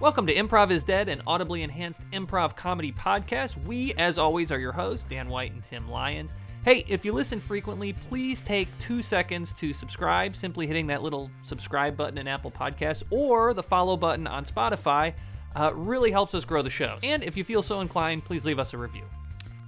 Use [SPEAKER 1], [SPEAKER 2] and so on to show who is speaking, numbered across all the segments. [SPEAKER 1] Welcome to Improv is Dead, an audibly enhanced improv comedy podcast. We, as always, are your hosts, Dan White and Tim Lyons. Hey, if you listen frequently, please take two seconds to subscribe, simply hitting that little subscribe button in Apple Podcasts or the follow button on Spotify. Uh, really helps us grow the show. And if you feel so inclined, please leave us a review.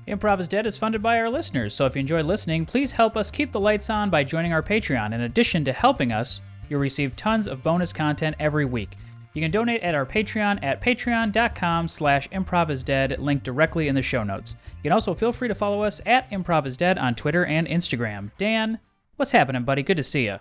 [SPEAKER 2] Improv is Dead is funded by our listeners, so if you enjoy listening, please help us keep the lights on by joining our Patreon. In addition to helping us, you'll receive tons of bonus content every week. You can donate at our Patreon at patreon.com slash improvisdead, linked directly in the show notes. You can also feel free to follow us at Improv is Dead on Twitter and Instagram. Dan, what's happening, buddy? Good to see you.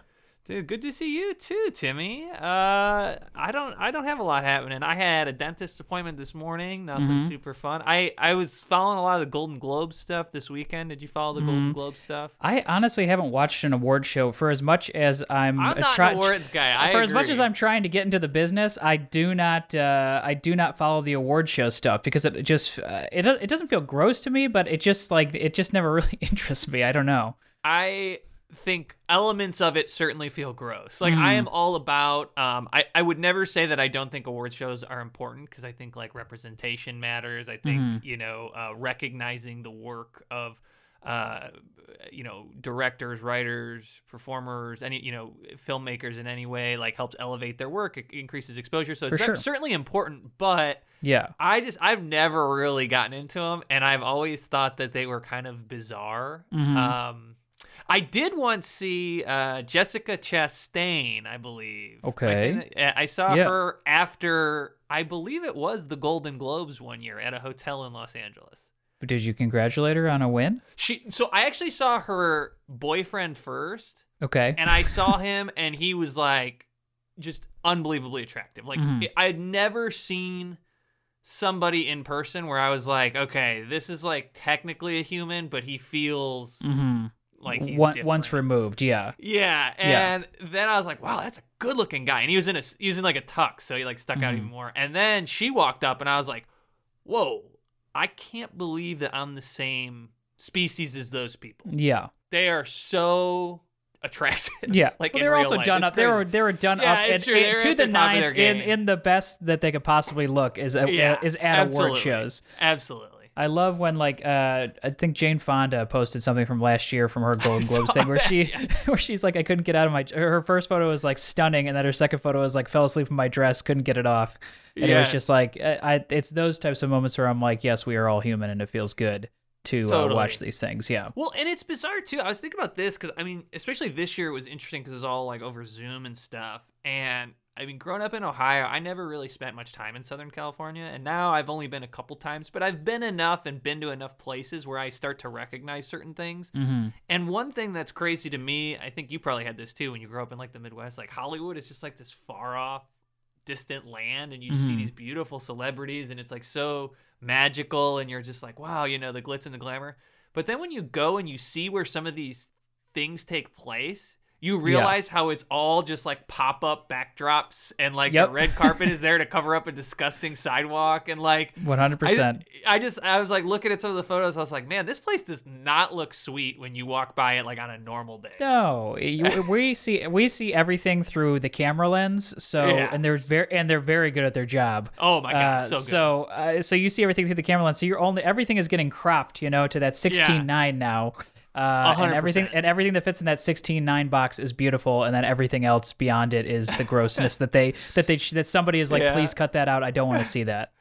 [SPEAKER 1] Dude, good to see you too, Timmy. Uh, I don't, I don't have a lot happening. I had a dentist appointment this morning. Nothing
[SPEAKER 2] Mm-hmm.
[SPEAKER 1] super fun. I, I was following a lot of the Golden Globe stuff this weekend. Did you follow
[SPEAKER 2] Mm-hmm.
[SPEAKER 1] the Golden Globe stuff?
[SPEAKER 2] I honestly haven't watched an award show for as much as I'm.
[SPEAKER 1] I'm
[SPEAKER 2] uh,
[SPEAKER 1] not
[SPEAKER 2] try-
[SPEAKER 1] an awards guy. I
[SPEAKER 2] for as much
[SPEAKER 1] agree.
[SPEAKER 2] as I'm trying to get into the business, I do not uh, I do not follow the award show stuff because it just uh, it do- it doesn't feel gross to me, but it just like it just never really interests me. I don't know.
[SPEAKER 1] I think elements of it certainly feel gross. Like I am all about. Um, I I would never say that I don't think award shows are important because I think like representation matters. I think you know uh, recognizing the work of. Uh, you know, directors, writers, performers, any you know, filmmakers in any way, like helps elevate their work, it increases exposure. So it's
[SPEAKER 2] sure.
[SPEAKER 1] certainly important, but
[SPEAKER 2] Yeah.
[SPEAKER 1] I just I've never really gotten into them, and I've always thought that they were kind of bizarre.
[SPEAKER 2] Mm-hmm.
[SPEAKER 1] Um, I did once see uh, Jessica Chastain, I believe. Am I
[SPEAKER 2] Okay.
[SPEAKER 1] saying that? Uh, I saw
[SPEAKER 2] Yeah.
[SPEAKER 1] her after I believe it was the Golden Globes one year at a hotel in Los Angeles.
[SPEAKER 2] Did you congratulate her on a win?
[SPEAKER 1] She so I actually saw her boyfriend first,
[SPEAKER 2] Okay.
[SPEAKER 1] and I saw him, and he was like just unbelievably attractive. Like
[SPEAKER 2] Mhm.
[SPEAKER 1] I had never seen somebody in person where I was like, okay, this is like technically a human, but he feels
[SPEAKER 2] Mhm.
[SPEAKER 1] like he's
[SPEAKER 2] One-
[SPEAKER 1] different.
[SPEAKER 2] once removed, yeah.
[SPEAKER 1] Yeah,
[SPEAKER 2] Yeah.
[SPEAKER 1] and then I was like, "Wow, that's a good-looking guy." And he was in a he was in like a tux, so he like stuck out
[SPEAKER 2] Mhm.
[SPEAKER 1] even more. And then she walked up, and I was like, "Whoa, I can't believe that I'm the same species as those people.
[SPEAKER 2] Yeah.
[SPEAKER 1] They are so attractive."
[SPEAKER 2] Yeah.
[SPEAKER 1] Like in
[SPEAKER 2] well, they were
[SPEAKER 1] real
[SPEAKER 2] also
[SPEAKER 1] life.
[SPEAKER 2] done
[SPEAKER 1] It's
[SPEAKER 2] up. They were
[SPEAKER 1] crazy.
[SPEAKER 2] they were done
[SPEAKER 1] Yeah,
[SPEAKER 2] up
[SPEAKER 1] it's
[SPEAKER 2] and,
[SPEAKER 1] true.
[SPEAKER 2] and
[SPEAKER 1] They're
[SPEAKER 2] to
[SPEAKER 1] at
[SPEAKER 2] the,
[SPEAKER 1] the top of
[SPEAKER 2] nines
[SPEAKER 1] their
[SPEAKER 2] in,
[SPEAKER 1] game.
[SPEAKER 2] in the best that they could possibly look is at,
[SPEAKER 1] Yeah,
[SPEAKER 2] is at award
[SPEAKER 1] absolutely.
[SPEAKER 2] shows.
[SPEAKER 1] absolutely.
[SPEAKER 2] I love when like uh I think Jane Fonda posted something from last year from her Golden Globes
[SPEAKER 1] saw
[SPEAKER 2] thing where
[SPEAKER 1] that,
[SPEAKER 2] she where she's like I couldn't get out of my her first photo was like stunning and then her second photo was like fell asleep in my dress couldn't get it off and it was
[SPEAKER 1] Yes.
[SPEAKER 2] just like uh, I, I it's those types of moments where I'm like yes we are all human and it feels good to uh,
[SPEAKER 1] Totally.
[SPEAKER 2] watch these things yeah
[SPEAKER 1] Well, and it's bizarre too. I was thinking about this because I mean, especially this year, it was interesting because it was all like over Zoom and stuff. And I mean, growing up in Ohio, I never really spent much time in Southern California, and now I've only been a couple times, but I've been enough and been to enough places where I start to recognize certain things.
[SPEAKER 2] mm-hmm.
[SPEAKER 1] And one thing that's crazy to me, I think you probably had this too when you grew up in like the Midwest, like Hollywood is just like this far off, distant land, and you just
[SPEAKER 2] Mhm.
[SPEAKER 1] see these beautiful celebrities, and it's like so magical, and you're just like, wow, you know, the glitz and the glamour. But then when you go and you see where some of these things take place, you realize how it's all just like pop up backdrops, and like
[SPEAKER 2] Yep.
[SPEAKER 1] the red carpet is there to cover up a disgusting sidewalk, and like
[SPEAKER 2] 100%
[SPEAKER 1] I, I just I was like looking at some of the photos. I was like, man, this place does not look sweet when you walk by it like on a normal day.
[SPEAKER 2] No, you, we see we see everything through the camera lens. So
[SPEAKER 1] Yeah.
[SPEAKER 2] and they're very and they're very good at their job.
[SPEAKER 1] Oh my God, so good.
[SPEAKER 2] Uh, so uh, so you see everything through the camera lens. So you're only everything is getting cropped, you know, to that sixteen nine now. Uh, and
[SPEAKER 1] 100%.
[SPEAKER 2] everything and everything that fits in that sixteen nine box is beautiful, and then everything else beyond it is the grossness that they that they that somebody is like,
[SPEAKER 1] Yeah.
[SPEAKER 2] please cut that out. I don't want to see that.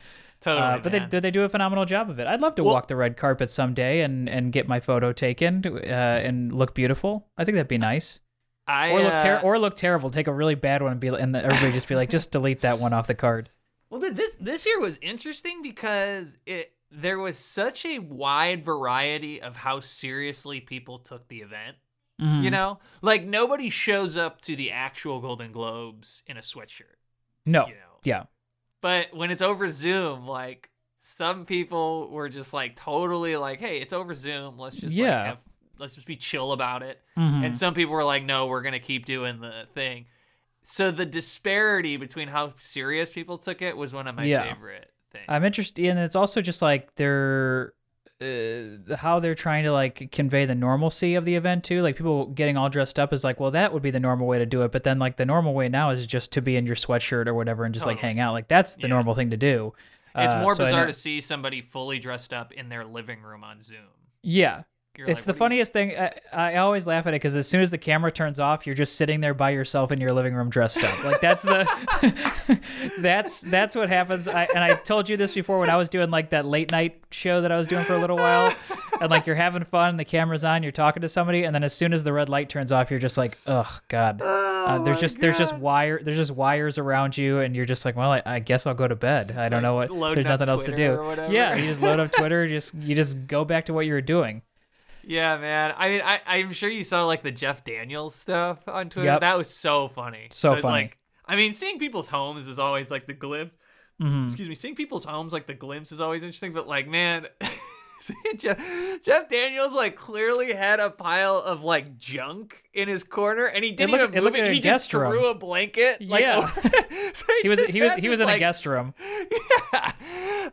[SPEAKER 1] Totally,
[SPEAKER 2] Uh, but
[SPEAKER 1] man.
[SPEAKER 2] they, they do a phenomenal job of it. I'd love to
[SPEAKER 1] Well-
[SPEAKER 2] walk the red carpet someday and, and get my photo taken uh, and look beautiful. I think that'd be nice.
[SPEAKER 1] I,
[SPEAKER 2] Or look ter-
[SPEAKER 1] uh,
[SPEAKER 2] or look terrible. Take a really bad one and be and the, everybody just be like, just delete that one off the card.
[SPEAKER 1] Well, th- this this year was interesting because it there was such a wide variety of how seriously people took the event.
[SPEAKER 2] Mm-hmm. Mm.
[SPEAKER 1] You know, like nobody shows up to the actual Golden Globes in a sweatshirt.
[SPEAKER 2] No.
[SPEAKER 1] You know,
[SPEAKER 2] Oh, Yeah.
[SPEAKER 1] but when it's over Zoom, like some people were just like totally like, hey, it's over Zoom. Let's just
[SPEAKER 2] Yeah.
[SPEAKER 1] like have, let's just be chill about it.
[SPEAKER 2] Mhm.
[SPEAKER 1] And some people were like, no, we're gonna keep doing the thing. So the disparity between how serious people took it was one of my
[SPEAKER 2] Yeah.
[SPEAKER 1] favorite things.
[SPEAKER 2] I'm interested, and it's also just like they're uh, how they're trying to like convey the normalcy of the event too. Like people getting all dressed up is like, well, that would be the normal way to do it. But then like the normal way now is just to be in your sweatshirt or whatever and just like
[SPEAKER 1] Totally.
[SPEAKER 2] hang out. Like that's the
[SPEAKER 1] Yeah.
[SPEAKER 2] normal thing to do.
[SPEAKER 1] It's
[SPEAKER 2] Uh,
[SPEAKER 1] more
[SPEAKER 2] so I
[SPEAKER 1] bizarre to
[SPEAKER 2] know-
[SPEAKER 1] see somebody fully dressed up in their living room on Zoom.
[SPEAKER 2] Yeah.
[SPEAKER 1] You're
[SPEAKER 2] It's
[SPEAKER 1] like,
[SPEAKER 2] the
[SPEAKER 1] what are you-
[SPEAKER 2] funniest thing. I, I always laugh at it because as soon as the camera turns off, you're just sitting there by yourself in your living room dressed up. Like that's the, that's that's what happens. I, and I told you this before when I was doing like that late night show that I was doing for a little while, and like you're having fun, the camera's on, you're talking to somebody, and then as soon as the red light turns off, you're just like, oh god. Uh, there's just there's just wire there's just wires around you and you're just like well I, I guess I'll go to bed I don't
[SPEAKER 1] like
[SPEAKER 2] know what
[SPEAKER 1] loading
[SPEAKER 2] there's
[SPEAKER 1] up
[SPEAKER 2] nothing else to
[SPEAKER 1] Twitter or
[SPEAKER 2] do
[SPEAKER 1] whatever.
[SPEAKER 2] yeah you just load up Twitter just you just go back to what you were doing
[SPEAKER 1] Yeah, man. I mean, I, I'm sure you saw like the Jeff Daniels stuff on Twitter.
[SPEAKER 2] Yep.
[SPEAKER 1] That was so funny.
[SPEAKER 2] So
[SPEAKER 1] But,
[SPEAKER 2] funny.
[SPEAKER 1] Like, I mean, seeing people's homes is always like the glimpse.
[SPEAKER 2] Mm-hmm.
[SPEAKER 1] Excuse me, seeing people's homes like the glimpse is always interesting. But like, man, seeing Jeff, Jeff Daniels like clearly had a pile of like junk in his corner, and he didn't
[SPEAKER 2] looked- it
[SPEAKER 1] even move
[SPEAKER 2] looked
[SPEAKER 1] it.
[SPEAKER 2] like a
[SPEAKER 1] he just
[SPEAKER 2] guest room.
[SPEAKER 1] threw a blanket. Like,
[SPEAKER 2] Yeah.
[SPEAKER 1] over it. So
[SPEAKER 2] he was
[SPEAKER 1] just
[SPEAKER 2] he was
[SPEAKER 1] had
[SPEAKER 2] he was
[SPEAKER 1] this,
[SPEAKER 2] in a
[SPEAKER 1] like,
[SPEAKER 2] guest room.
[SPEAKER 1] yeah.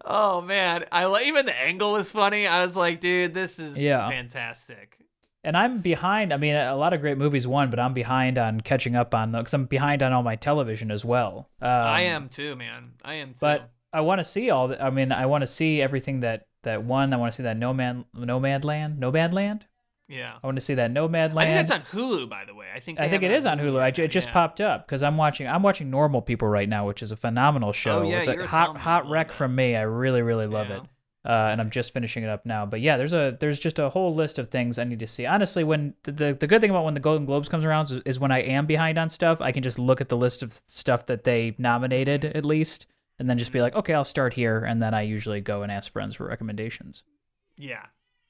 [SPEAKER 1] Oh man, I li- even the angle was funny. I was like, dude, this is
[SPEAKER 2] Yeah.
[SPEAKER 1] fantastic.
[SPEAKER 2] And I'm behind. I mean, a lot of great movies won, but I'm behind on catching up on because I'm behind on all my television as well. Um,
[SPEAKER 1] I am too, man. I am too.
[SPEAKER 2] but I want to see all. The, I mean, I want to see everything that that won. I want to see that No Man Nomad Land Nomad Land.
[SPEAKER 1] yeah,
[SPEAKER 2] I want to see that Nomad Land.
[SPEAKER 1] I think that's on Hulu, by the way. I think
[SPEAKER 2] I
[SPEAKER 1] they
[SPEAKER 2] think it
[SPEAKER 1] have
[SPEAKER 2] is on Hulu. I ju-
[SPEAKER 1] now,
[SPEAKER 2] it just
[SPEAKER 1] yeah.
[SPEAKER 2] popped up because I'm watching. I'm watching Normal People right now, which is a phenomenal show.
[SPEAKER 1] Oh, yeah,
[SPEAKER 2] it's a
[SPEAKER 1] you were
[SPEAKER 2] hot
[SPEAKER 1] telling me you
[SPEAKER 2] hot
[SPEAKER 1] love
[SPEAKER 2] wreck
[SPEAKER 1] that.
[SPEAKER 2] from me. I really really love
[SPEAKER 1] Yeah.
[SPEAKER 2] it, uh, and I'm just finishing it up now. But yeah, there's a there's just a whole list of things I need to see. Honestly, when the the, the good thing about when the Golden Globes comes around is, is when I am behind on stuff, I can just look at the list of stuff that they nominated at least, and then just
[SPEAKER 1] Mm-hmm.
[SPEAKER 2] be like, okay, I'll start here, and then I usually go and ask friends for recommendations.
[SPEAKER 1] Yeah,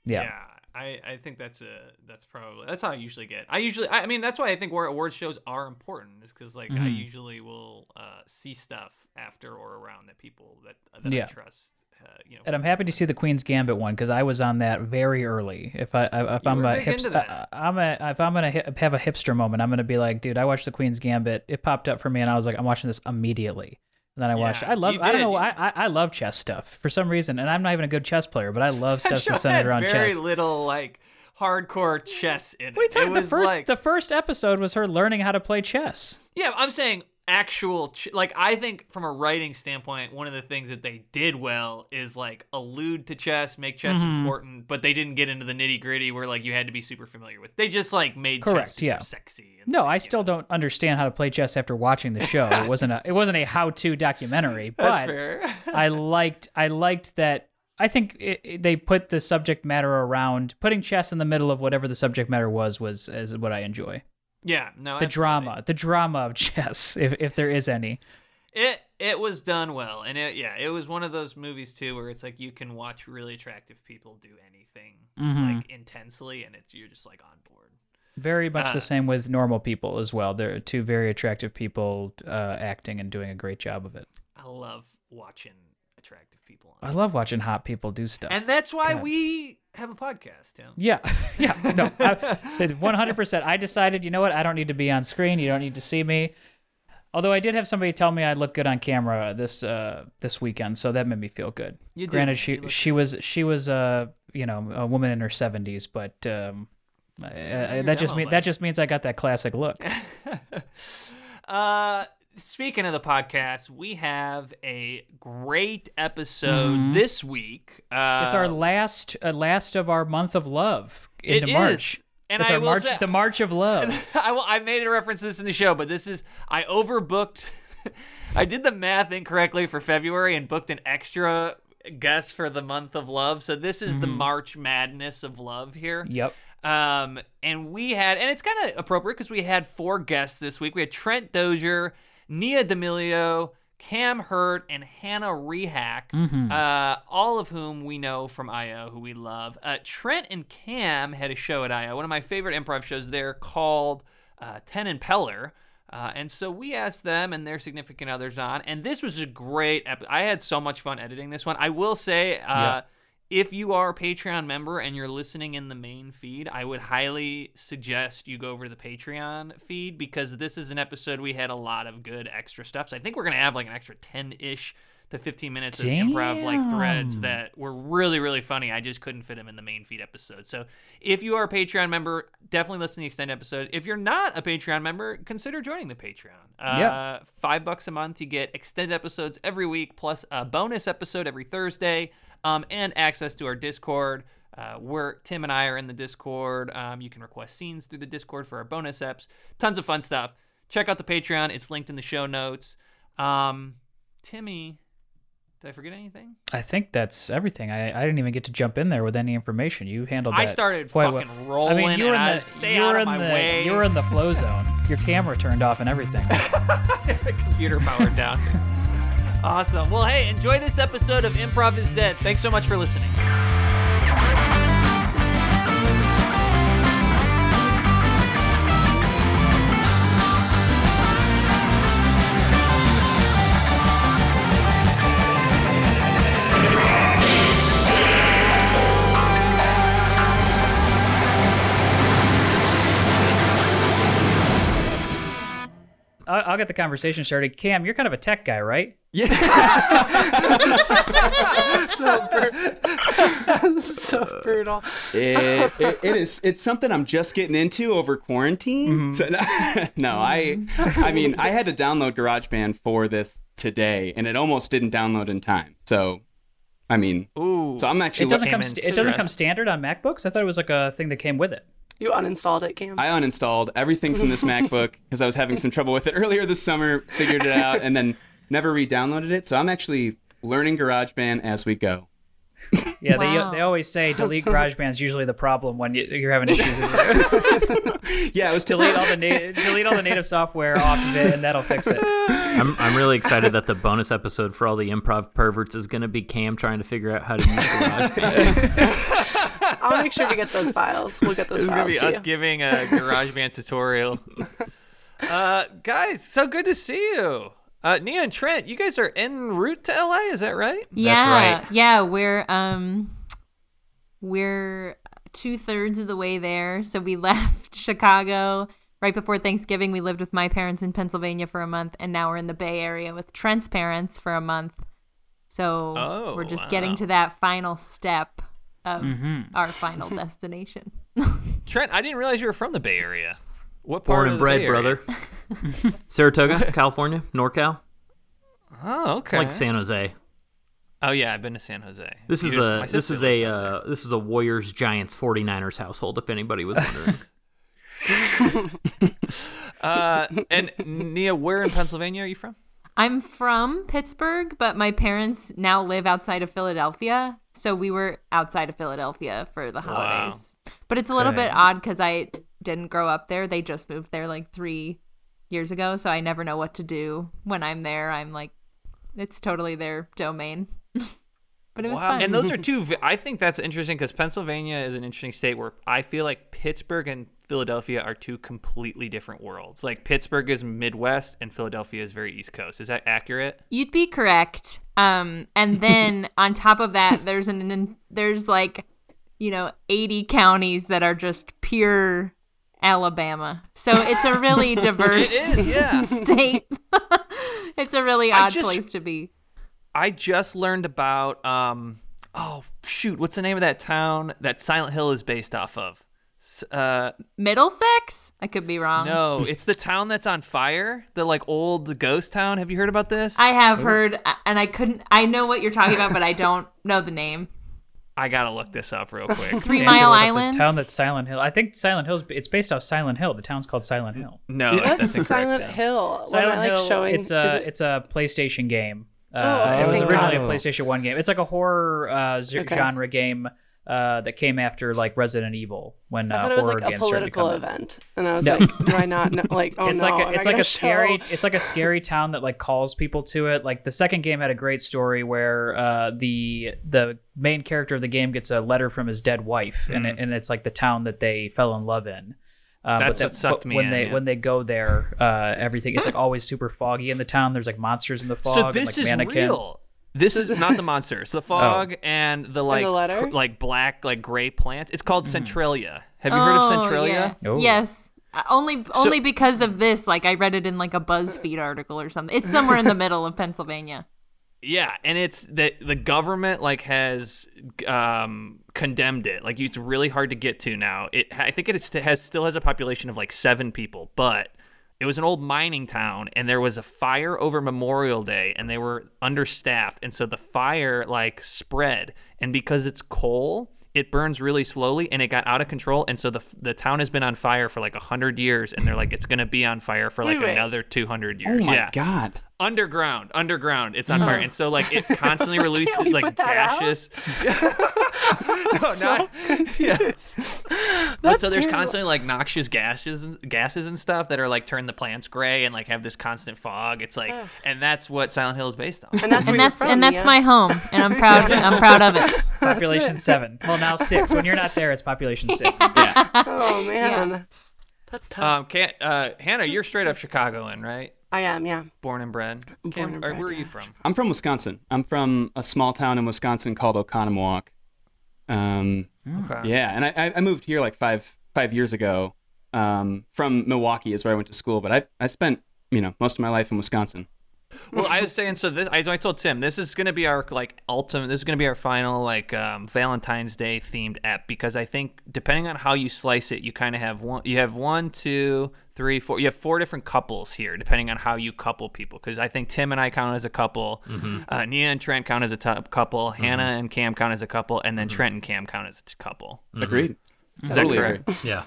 [SPEAKER 2] Yeah.
[SPEAKER 1] yeah. I, I think that's a that's probably that's how I usually get. I usually I, I mean that's why I think where award shows are important is because like I
[SPEAKER 2] Mhm.
[SPEAKER 1] usually will uh, see stuff after or around that people that that
[SPEAKER 2] Yeah.
[SPEAKER 1] I trust. Uh, you know,
[SPEAKER 2] And I'm happy to see the Queen's Gambit one because I was on that very early. If I I- if
[SPEAKER 1] You
[SPEAKER 2] I'm
[SPEAKER 1] were
[SPEAKER 2] a
[SPEAKER 1] big into
[SPEAKER 2] hipster,
[SPEAKER 1] that.
[SPEAKER 2] I'm a if I'm gonna hi- have a hipster moment, I'm gonna be like, dude, I watched the Queen's Gambit. It popped up for me, and I was like, I'm watching this immediately. And then I watched.
[SPEAKER 1] Yeah,
[SPEAKER 2] I love.
[SPEAKER 1] you
[SPEAKER 2] I
[SPEAKER 1] did.
[SPEAKER 2] don't know. I, I I love chess stuff for some reason, and I'm not even a good chess player, but I love
[SPEAKER 1] that
[SPEAKER 2] stuff
[SPEAKER 1] show
[SPEAKER 2] that's centered
[SPEAKER 1] had
[SPEAKER 2] around
[SPEAKER 1] very
[SPEAKER 2] chess.
[SPEAKER 1] little like hardcore chess in it.
[SPEAKER 2] what are you talking?
[SPEAKER 1] It
[SPEAKER 2] The
[SPEAKER 1] was,
[SPEAKER 2] first
[SPEAKER 1] like-
[SPEAKER 2] the first episode was her learning how to play chess.
[SPEAKER 1] Yeah, I'm saying actual ch- like I think from a writing standpoint, one of the things that they did well is like allude to chess, make chess
[SPEAKER 2] Mhm.
[SPEAKER 1] important, but they didn't get into the nitty gritty where like you had to be super familiar with. They just like made
[SPEAKER 2] Correct,
[SPEAKER 1] chess super
[SPEAKER 2] yeah.
[SPEAKER 1] sexy. and,
[SPEAKER 2] No,
[SPEAKER 1] like,
[SPEAKER 2] I
[SPEAKER 1] you
[SPEAKER 2] still
[SPEAKER 1] know.
[SPEAKER 2] don't understand how to play chess after watching the show. It wasn't a it wasn't a how to documentary, but
[SPEAKER 1] That's fair.
[SPEAKER 2] I liked I liked that I think it, it- they put the subject matter around putting chess in the middle of whatever the subject matter was was is what I enjoy.
[SPEAKER 1] yeah, no.
[SPEAKER 2] The
[SPEAKER 1] absolutely.
[SPEAKER 2] drama, the drama of chess, if if there is any.
[SPEAKER 1] It it was done well, and it yeah, it was one of those movies too where it's like you can watch really attractive people do anything
[SPEAKER 2] Mhm.
[SPEAKER 1] like intensely, and it's you're just like on board.
[SPEAKER 2] Very much
[SPEAKER 1] Uh.
[SPEAKER 2] the same with normal people as well. They're two very attractive people uh, acting and doing a great job of it.
[SPEAKER 1] I love watching attractive people. On
[SPEAKER 2] I love watching hot people do stuff.
[SPEAKER 1] And that's why
[SPEAKER 2] God.
[SPEAKER 1] we have a podcast, Tim.
[SPEAKER 2] yeah, yeah, no, one hundred percent. I decided, you know what? I don't need to be on screen. You don't need to see me. Although I did have somebody tell me I look good on camera this uh, this weekend, so that made me feel good.
[SPEAKER 1] You did.
[SPEAKER 2] Granted,
[SPEAKER 1] You
[SPEAKER 2] she
[SPEAKER 1] look
[SPEAKER 2] she was she was uh, you know a woman in her seventies, but um, I- I, I,
[SPEAKER 1] you're
[SPEAKER 2] that just
[SPEAKER 1] down,
[SPEAKER 2] mean,
[SPEAKER 1] buddy.
[SPEAKER 2] that just means I got that classic look.
[SPEAKER 1] uh, speaking of the podcast, we have a great episode this week. Uh,
[SPEAKER 2] Mm-hmm. it's our last uh, last of our month of love
[SPEAKER 1] it
[SPEAKER 2] into
[SPEAKER 1] is.
[SPEAKER 2] March.
[SPEAKER 1] And
[SPEAKER 2] it's
[SPEAKER 1] I
[SPEAKER 2] our
[SPEAKER 1] will
[SPEAKER 2] March
[SPEAKER 1] say-
[SPEAKER 2] the March of Love.
[SPEAKER 1] I, will, I made a reference to this in the show, but this is I overbooked. I did the math incorrectly for February and booked an extra guest for the month of love. So this is the
[SPEAKER 2] Mm-hmm.
[SPEAKER 1] March Madness of love here.
[SPEAKER 2] yep.
[SPEAKER 1] Um, and we had, and it's kind of appropriate because we had four guests this week. We had Trent Dozier, Nia D'Amelio, Cam Hurt, and Hannah Rehack, uh, all of whom we know from IO, who we love. Uh, Trent and Cam had a show at IO, one of my favorite improv shows there called uh, Ten and Peller. Uh, and so we asked them and their significant others on, and this was a great episode. I had so much fun editing this one. I will say, uh,
[SPEAKER 2] Yeah.
[SPEAKER 1] if you are a Patreon member and you're listening in the main feed, I would highly suggest you go over to the Patreon feed because this is an episode we had a lot of good extra stuff. So I think we're going to have like an extra 10 ish to 15 minutes of improv like threads that were really really funny. I just couldn't fit them in the main feed episode. So if you are a Patreon member, definitely listen to the extended episode. If you're not a Patreon member, consider joining the Patreon. Uh,
[SPEAKER 2] Yeah.
[SPEAKER 1] Five bucks a month, you get extended episodes every week, plus a bonus episode every Thursday, um, and access to our Discord. Uh, where Tim and I are in the Discord. Um, you can request scenes through the Discord for our bonus eps. Tons of fun stuff. Check out the Patreon. It's linked in the show notes. Um, Timmy, did I forget anything?
[SPEAKER 2] I think that's everything. I, I didn't even get to jump in there with any information. You handled that.
[SPEAKER 1] I started
[SPEAKER 2] quite well.
[SPEAKER 1] fucking rolling.
[SPEAKER 2] I mean, you were
[SPEAKER 1] and
[SPEAKER 2] in
[SPEAKER 1] I
[SPEAKER 2] the
[SPEAKER 1] was, stay
[SPEAKER 2] you
[SPEAKER 1] out
[SPEAKER 2] were
[SPEAKER 1] of
[SPEAKER 2] in
[SPEAKER 1] my
[SPEAKER 2] the
[SPEAKER 1] way.
[SPEAKER 2] you were in the flow zone. Your camera turned off and everything.
[SPEAKER 1] computer powered down. awesome. Well, hey, enjoy this episode of Improv is Dead. Thanks so much for listening.
[SPEAKER 2] I'll, I'll get the conversation started. Cam, you're kind of a tech guy, right?
[SPEAKER 3] so brutal.
[SPEAKER 4] it, it, it is it's something i'm just getting into over
[SPEAKER 1] Mm-hmm.
[SPEAKER 4] quarantine so, no i i mean i had to download garageband for this today and it almost didn't download in time so i mean
[SPEAKER 1] Ooh.
[SPEAKER 4] so i'm actually
[SPEAKER 2] It doesn't
[SPEAKER 1] came
[SPEAKER 2] come.
[SPEAKER 1] in
[SPEAKER 2] St- it doesn't come
[SPEAKER 1] stressed.
[SPEAKER 2] standard on MacBooks. I thought it was like a thing that came with it.
[SPEAKER 3] You uninstalled it, Cam.
[SPEAKER 4] i uninstalled everything from this macbook because i was having some trouble with it earlier this summer figured it out and then never re-downloaded it so i'm actually learning garageband as we go
[SPEAKER 2] Yeah,
[SPEAKER 1] Wow.
[SPEAKER 2] they, they always say delete GarageBand's usually the problem when you, you're having issues with it.
[SPEAKER 4] yeah it was too
[SPEAKER 2] delete all the native delete all the native software off of it, and that'll fix it.
[SPEAKER 5] I'm, I'm really excited that the bonus episode for all the improv perverts is going to be Cam trying to figure out how to use GarageBand.
[SPEAKER 3] I'll make sure to get those files. We'll get those
[SPEAKER 1] This is gonna
[SPEAKER 3] files
[SPEAKER 1] be
[SPEAKER 3] to
[SPEAKER 1] us
[SPEAKER 3] you.
[SPEAKER 1] giving a GarageBand tutorial. Uh, guys, so good to see you. Uh, Nia and Trent, you guys are en route to LA, is that right?
[SPEAKER 6] Yeah,
[SPEAKER 5] right.
[SPEAKER 6] yeah, we're um, we're two thirds of the way there. So we left Chicago right before Thanksgiving. We lived with my parents in Pennsylvania for a month, and now we're in the Bay Area with Trent's parents for a month. So
[SPEAKER 1] Oh,
[SPEAKER 6] we're just
[SPEAKER 1] wow. Mm-hmm.
[SPEAKER 6] getting to that final step of our final destination.
[SPEAKER 1] Trent, I didn't realize you were from the Bay Area. What part
[SPEAKER 5] Born
[SPEAKER 1] of
[SPEAKER 5] and
[SPEAKER 1] the Bay
[SPEAKER 5] bred,
[SPEAKER 1] Area?
[SPEAKER 5] brother. Saratoga, California, NorCal,
[SPEAKER 1] Oh, okay.
[SPEAKER 5] like San Jose.
[SPEAKER 1] oh yeah, I've been to San Jose.
[SPEAKER 5] This is
[SPEAKER 1] Beautiful.
[SPEAKER 5] a
[SPEAKER 1] My
[SPEAKER 5] this
[SPEAKER 1] sister
[SPEAKER 5] is a
[SPEAKER 1] lives out there.
[SPEAKER 5] uh, this is a Warriors Giants 49ers household. If anybody was wondering,
[SPEAKER 1] Uh, and Nia, where in Pennsylvania are you from?
[SPEAKER 6] I'm from Pittsburgh, but my parents now live outside of Philadelphia. So we were outside of Philadelphia for the holidays. But it's a little bit odd because I didn't grow up there. They just moved there like three years ago. So I never know what to do when I'm there. I'm like, it's totally their domain. but it was fun.
[SPEAKER 1] And those are two. v- I think that's interesting because Pennsylvania is an interesting state where I feel like Pittsburgh and Philadelphia are two completely different worlds. Like Pittsburgh is Midwest and Philadelphia is very East Coast. Is that accurate?
[SPEAKER 6] You'd be correct. Um, and then on top of that, there's an, an there's like, you know, 80 counties that are just pure Alabama. So it's a really diverse
[SPEAKER 1] yeah.
[SPEAKER 6] state. it's a really
[SPEAKER 1] I
[SPEAKER 6] odd
[SPEAKER 1] just-
[SPEAKER 6] place to be.
[SPEAKER 1] I just learned about um oh shoot, what's the name of that town that Silent Hill is based off of? S- Uh
[SPEAKER 6] Middlesex? I could be wrong.
[SPEAKER 1] no, it's the town that's on fire, the like old ghost town. Have you heard about this?
[SPEAKER 6] I have heard, and I couldn't. I know what you're talking about, but I don't know the name.
[SPEAKER 1] I gotta look this up real quick.
[SPEAKER 6] Three
[SPEAKER 2] Angela,
[SPEAKER 6] Mile
[SPEAKER 2] look up
[SPEAKER 6] Island.
[SPEAKER 2] the town that's Silent Hill. I think Silent Hill's. It's based off Silent Hill. The town's called Silent Hill.
[SPEAKER 1] No, that's,
[SPEAKER 3] That's
[SPEAKER 1] incorrect.
[SPEAKER 3] Silent
[SPEAKER 1] yeah.
[SPEAKER 3] Hill. Silent
[SPEAKER 2] Silent
[SPEAKER 3] I like
[SPEAKER 2] Hill.
[SPEAKER 3] showing.
[SPEAKER 2] it's uh, a
[SPEAKER 3] is it-
[SPEAKER 2] it's a PlayStation game.
[SPEAKER 3] Oh,
[SPEAKER 2] Uh,
[SPEAKER 3] okay.
[SPEAKER 2] It was
[SPEAKER 3] Thank
[SPEAKER 2] originally
[SPEAKER 4] God.
[SPEAKER 2] a PlayStation One game. It's like a horror uh, z-
[SPEAKER 3] Okay.
[SPEAKER 2] genre game uh, that came after like Resident Evil when
[SPEAKER 3] I
[SPEAKER 2] uh,
[SPEAKER 3] thought it was
[SPEAKER 2] horror
[SPEAKER 3] like a
[SPEAKER 2] games started to come
[SPEAKER 3] political
[SPEAKER 2] out.
[SPEAKER 3] event, and I was
[SPEAKER 2] No.
[SPEAKER 3] like, "Do I not know?" Like, oh
[SPEAKER 2] it's
[SPEAKER 3] no,
[SPEAKER 2] like
[SPEAKER 3] am
[SPEAKER 2] a,
[SPEAKER 3] I
[SPEAKER 2] it's like
[SPEAKER 3] gonna
[SPEAKER 2] a scary
[SPEAKER 3] show?
[SPEAKER 2] it's like a scary town that like calls people to it. Like the second game had a great story where uh, the the main character of the game gets a letter from his dead wife, and it, and it's like the town that they fell in love in. Uh,
[SPEAKER 1] Hmm. That's
[SPEAKER 2] that-
[SPEAKER 1] what sucked me
[SPEAKER 2] when
[SPEAKER 1] in,
[SPEAKER 2] they
[SPEAKER 1] yeah.
[SPEAKER 2] when they go there, uh, everything it's like always super foggy in the town. There's like monsters in the fog.
[SPEAKER 1] So
[SPEAKER 2] and,
[SPEAKER 1] this
[SPEAKER 2] like,
[SPEAKER 1] is
[SPEAKER 2] mannequins.
[SPEAKER 1] real. Oh. This is not the monsters, the fog and the like,
[SPEAKER 3] letter?
[SPEAKER 1] cr- like black, like gray plants. It's called Centralia. Have you heard of Centralia?
[SPEAKER 6] yeah.
[SPEAKER 2] Oh.
[SPEAKER 6] Yes. Uh, Only only because of this, like I read it in like a BuzzFeed article or something. It's somewhere in the middle of Pennsylvania.
[SPEAKER 1] Yeah, and it's that the government like has um, condemned it. Like it's really hard to get to now. It I think it st- has still has a population of like seven people, but it was an old mining town, and there was a fire over Memorial Day, and they were understaffed, and so the fire like spread, and because it's coal. It burns really slowly, and it got out of control, and so the the town has been on fire for like hundred years, and they're like, it's gonna be on fire for like
[SPEAKER 3] Wait, wait.
[SPEAKER 1] another two hundred
[SPEAKER 4] Oh
[SPEAKER 1] years.
[SPEAKER 4] my
[SPEAKER 1] yeah
[SPEAKER 4] god.
[SPEAKER 1] underground underground it's on fire and so like it constantly
[SPEAKER 3] Mm. like,
[SPEAKER 1] releases
[SPEAKER 3] can we
[SPEAKER 1] like
[SPEAKER 3] put that out?
[SPEAKER 1] gaseous no, not, but
[SPEAKER 3] That's
[SPEAKER 1] so there's
[SPEAKER 3] terrible.
[SPEAKER 1] constantly like noxious gases and gases and stuff that are like turn the plants gray and like have this constant fog it's like and that's what silent hill is based on
[SPEAKER 3] And that's where
[SPEAKER 6] and
[SPEAKER 3] you're
[SPEAKER 6] that's
[SPEAKER 3] from,
[SPEAKER 6] and that's
[SPEAKER 3] Mia.
[SPEAKER 6] my home, and I'm proud. I'm proud of it.
[SPEAKER 2] Population seven. Well, now six. When you're not there, it's population six.
[SPEAKER 3] Oh man, that's tough.
[SPEAKER 1] um can't uh hannah you're straight up chicagoan right
[SPEAKER 3] I am. Yeah.
[SPEAKER 1] born and bred Kim,
[SPEAKER 3] born and
[SPEAKER 1] or
[SPEAKER 3] bred,
[SPEAKER 1] where are
[SPEAKER 3] yeah.
[SPEAKER 1] you from
[SPEAKER 4] I'm from Wisconsin. I'm from a small town in Wisconsin called Oconomowoc. Um,
[SPEAKER 1] okay
[SPEAKER 4] yeah, and I- I, I moved here like five five years ago. Um, from Milwaukee is where I went to school, but I, I spent you know most of my life in Wisconsin.
[SPEAKER 1] Well, I was saying so. This I, I told Tim this is going to be our like ultimate. This is going to be our final like um, Valentine's Day themed app because I think depending on how you slice it, you kind of have one. You have one, two, three, four. You have four different couples here depending on how you couple people. Because I think Tim and I count as a couple.
[SPEAKER 4] Mm-hmm.
[SPEAKER 1] Uh, Nia and Trent count as a t- couple. Hannah and Cam count as a couple, and then Trent and Cam count as a t- couple.
[SPEAKER 4] Agreed.
[SPEAKER 1] Mm-hmm. Is
[SPEAKER 4] Mm-hmm. Totally
[SPEAKER 1] that correct?
[SPEAKER 4] agree.
[SPEAKER 5] Yeah.